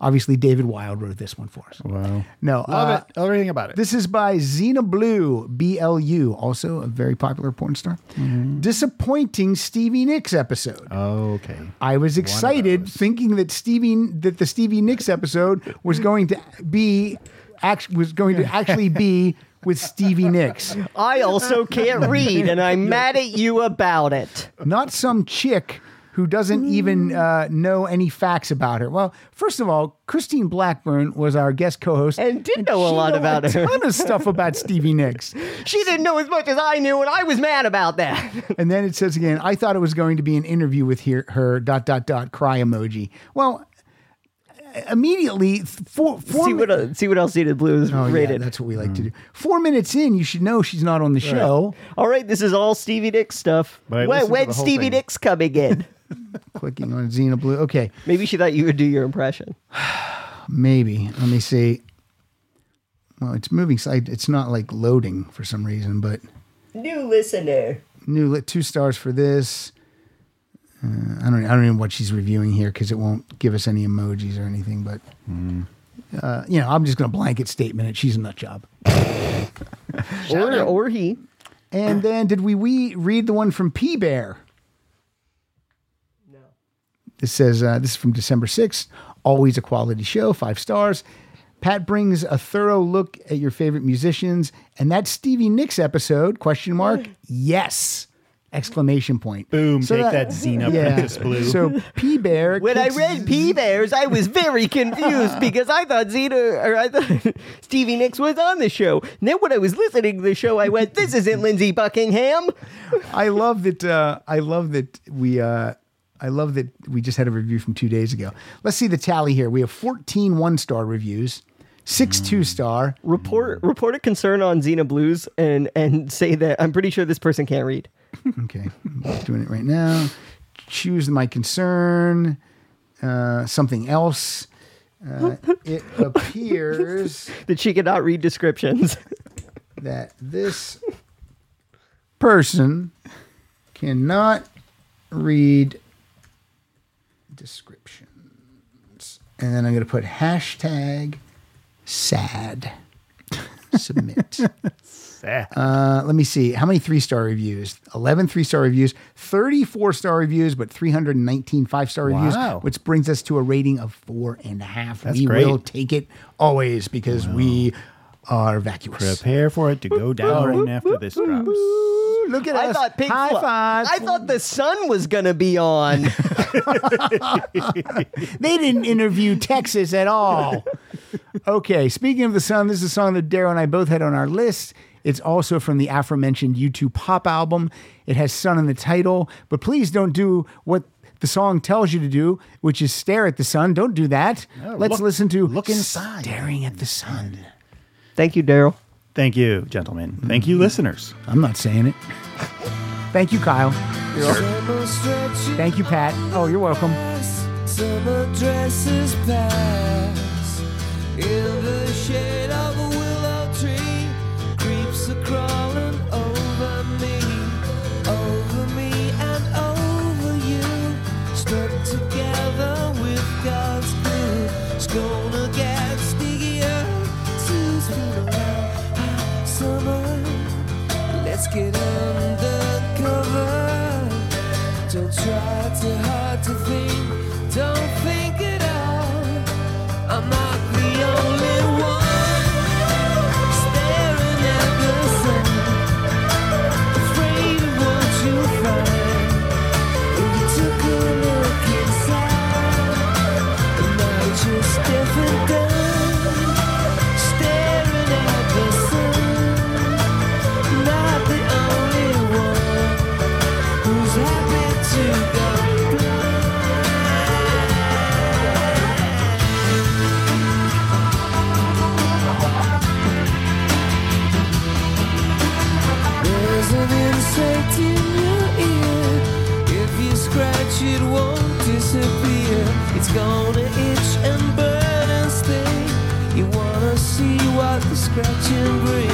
B: Obviously, David Wild wrote this one for us.
D: Wow.
B: No,
D: Love
B: it. Everything about it. This is by Xena Blue, B L U, also a very popular porn star. Disappointing Stevie Nicks episode.
D: Oh, okay.
B: I was
D: of
B: excited thinking that Stevie that the Stevie Nicks episode was going to be act, was going to actually be with Stevie Nicks.
C: I also can't read, and I'm mad at you about it.
B: Not some chick who doesn't
C: Hmm.
B: even uh, know any facts about her. Well, first of all, Christine Blackburn was our guest co-host and did
C: know a lot about her.
B: a ton of stuff about Stevie Nicks.
C: She didn't know as much as I knew, and I was mad about that.
B: And then it says again, I thought it was going to be an interview with her, her dot dot dot cry emoji. Well, immediately four four
C: see what el- see what else Data Blue is
B: Oh, yeah,
C: rated.
B: that's what we like to do. Four minutes in, you should know she's not on the show.
C: All right, this is all Stevie Nicks stuff.
B: But I
C: When,
B: listened to
C: when's
B: the whole
C: Stevie
B: thing.
C: Nicks coming in?
B: Clicking on Xena Blue. Okay,
C: Maybe she thought you would do your impression.
B: maybe. Let me see. Well, it's moving. so I- It's not like loading for some reason, but
C: New listener.
B: new lit two stars for this. Uh, I don't. I don't even know what she's reviewing here because it won't give us any emojis or anything. But uh, you know, I'm just going to blanket statement it. She's a nut job.
C: or or he.
B: And then did we we read the one from P Bear? This says uh, this is from December 6th. Always a quality show, five stars. Pat brings a thorough look at your favorite musicians, and that Stevie Nicks episode? Question mark. Yes. Exclamation point. Boom.
D: take that, Xena Princess Blue.
B: So P Bear.
C: When I read P Bears, I was very confused because I thought Zeta or I thought Stevie Nicks was on the show. And then when I was listening to the show, I went, "This isn't Lindsey Buckingham."
B: I love that. Uh, I love that we. Uh, I love that we just had a review from two days ago. Let's see the tally here. We have 14 one star reviews, six two star.
C: Report report a concern on Xena Blues and and say that I'm pretty sure this person can't read.
B: Okay, I'm doing it right now. Choose my concern. Uh, something else. Uh, it appears
C: that she could not read descriptions.
B: that this person cannot read descriptions. And then I'm going to put hashtag sad. Submit.
D: sad.
B: Uh, let me see. How many three star reviews? 11 three star reviews, 34 star reviews, but 319 five star reviews,
D: Wow.
B: which brings us to a rating of four and a half.
D: That's
B: we
D: great.
B: will take it always because we are vacuous.
D: Prepare for it to go down after this drops.
B: Look at
C: I
B: us.
C: thought Pink
B: High
C: Flo-
B: five.
C: I thought the sun was gonna be on.
B: They didn't interview Texas at all. Okay, speaking of the sun, this is a song that Daryl and I both had on our list. It's also from the aforementioned U2 pop album. It has sun in the title, but please don't do what the song tells you to do, which is stare at the sun. Don't do that. Let's
D: look-
B: listen to
D: look inside.
B: Staring at the sun.
C: Thank you, Daryl.
D: Thank you, gentlemen. Thank
B: Mm-hmm.
D: you, listeners.
B: I'm not saying it. Thank you, Kyle.
H: Summer stretches
B: Thank you, Pat. Oh, you're welcome.
H: past, summer dresses pass. In the shade of a willow tree, creeps are crawling over me, over me and over you. Stuck together with God's glue, it's gonna get stickier. Two feet around Ah, summer. Let's get undercover. Don't try too hard to think. Don't think at all. I'm not the only one staring at the sun, afraid of what you find. If you took a look inside, and now you're just deaf and dumb, staring at the sun. Not the only one. Who's happy to go blind? There's an insect in your ear. If you scratch, it won't disappear. It's gonna itch and burn and sting. You wanna see what the scratching brings.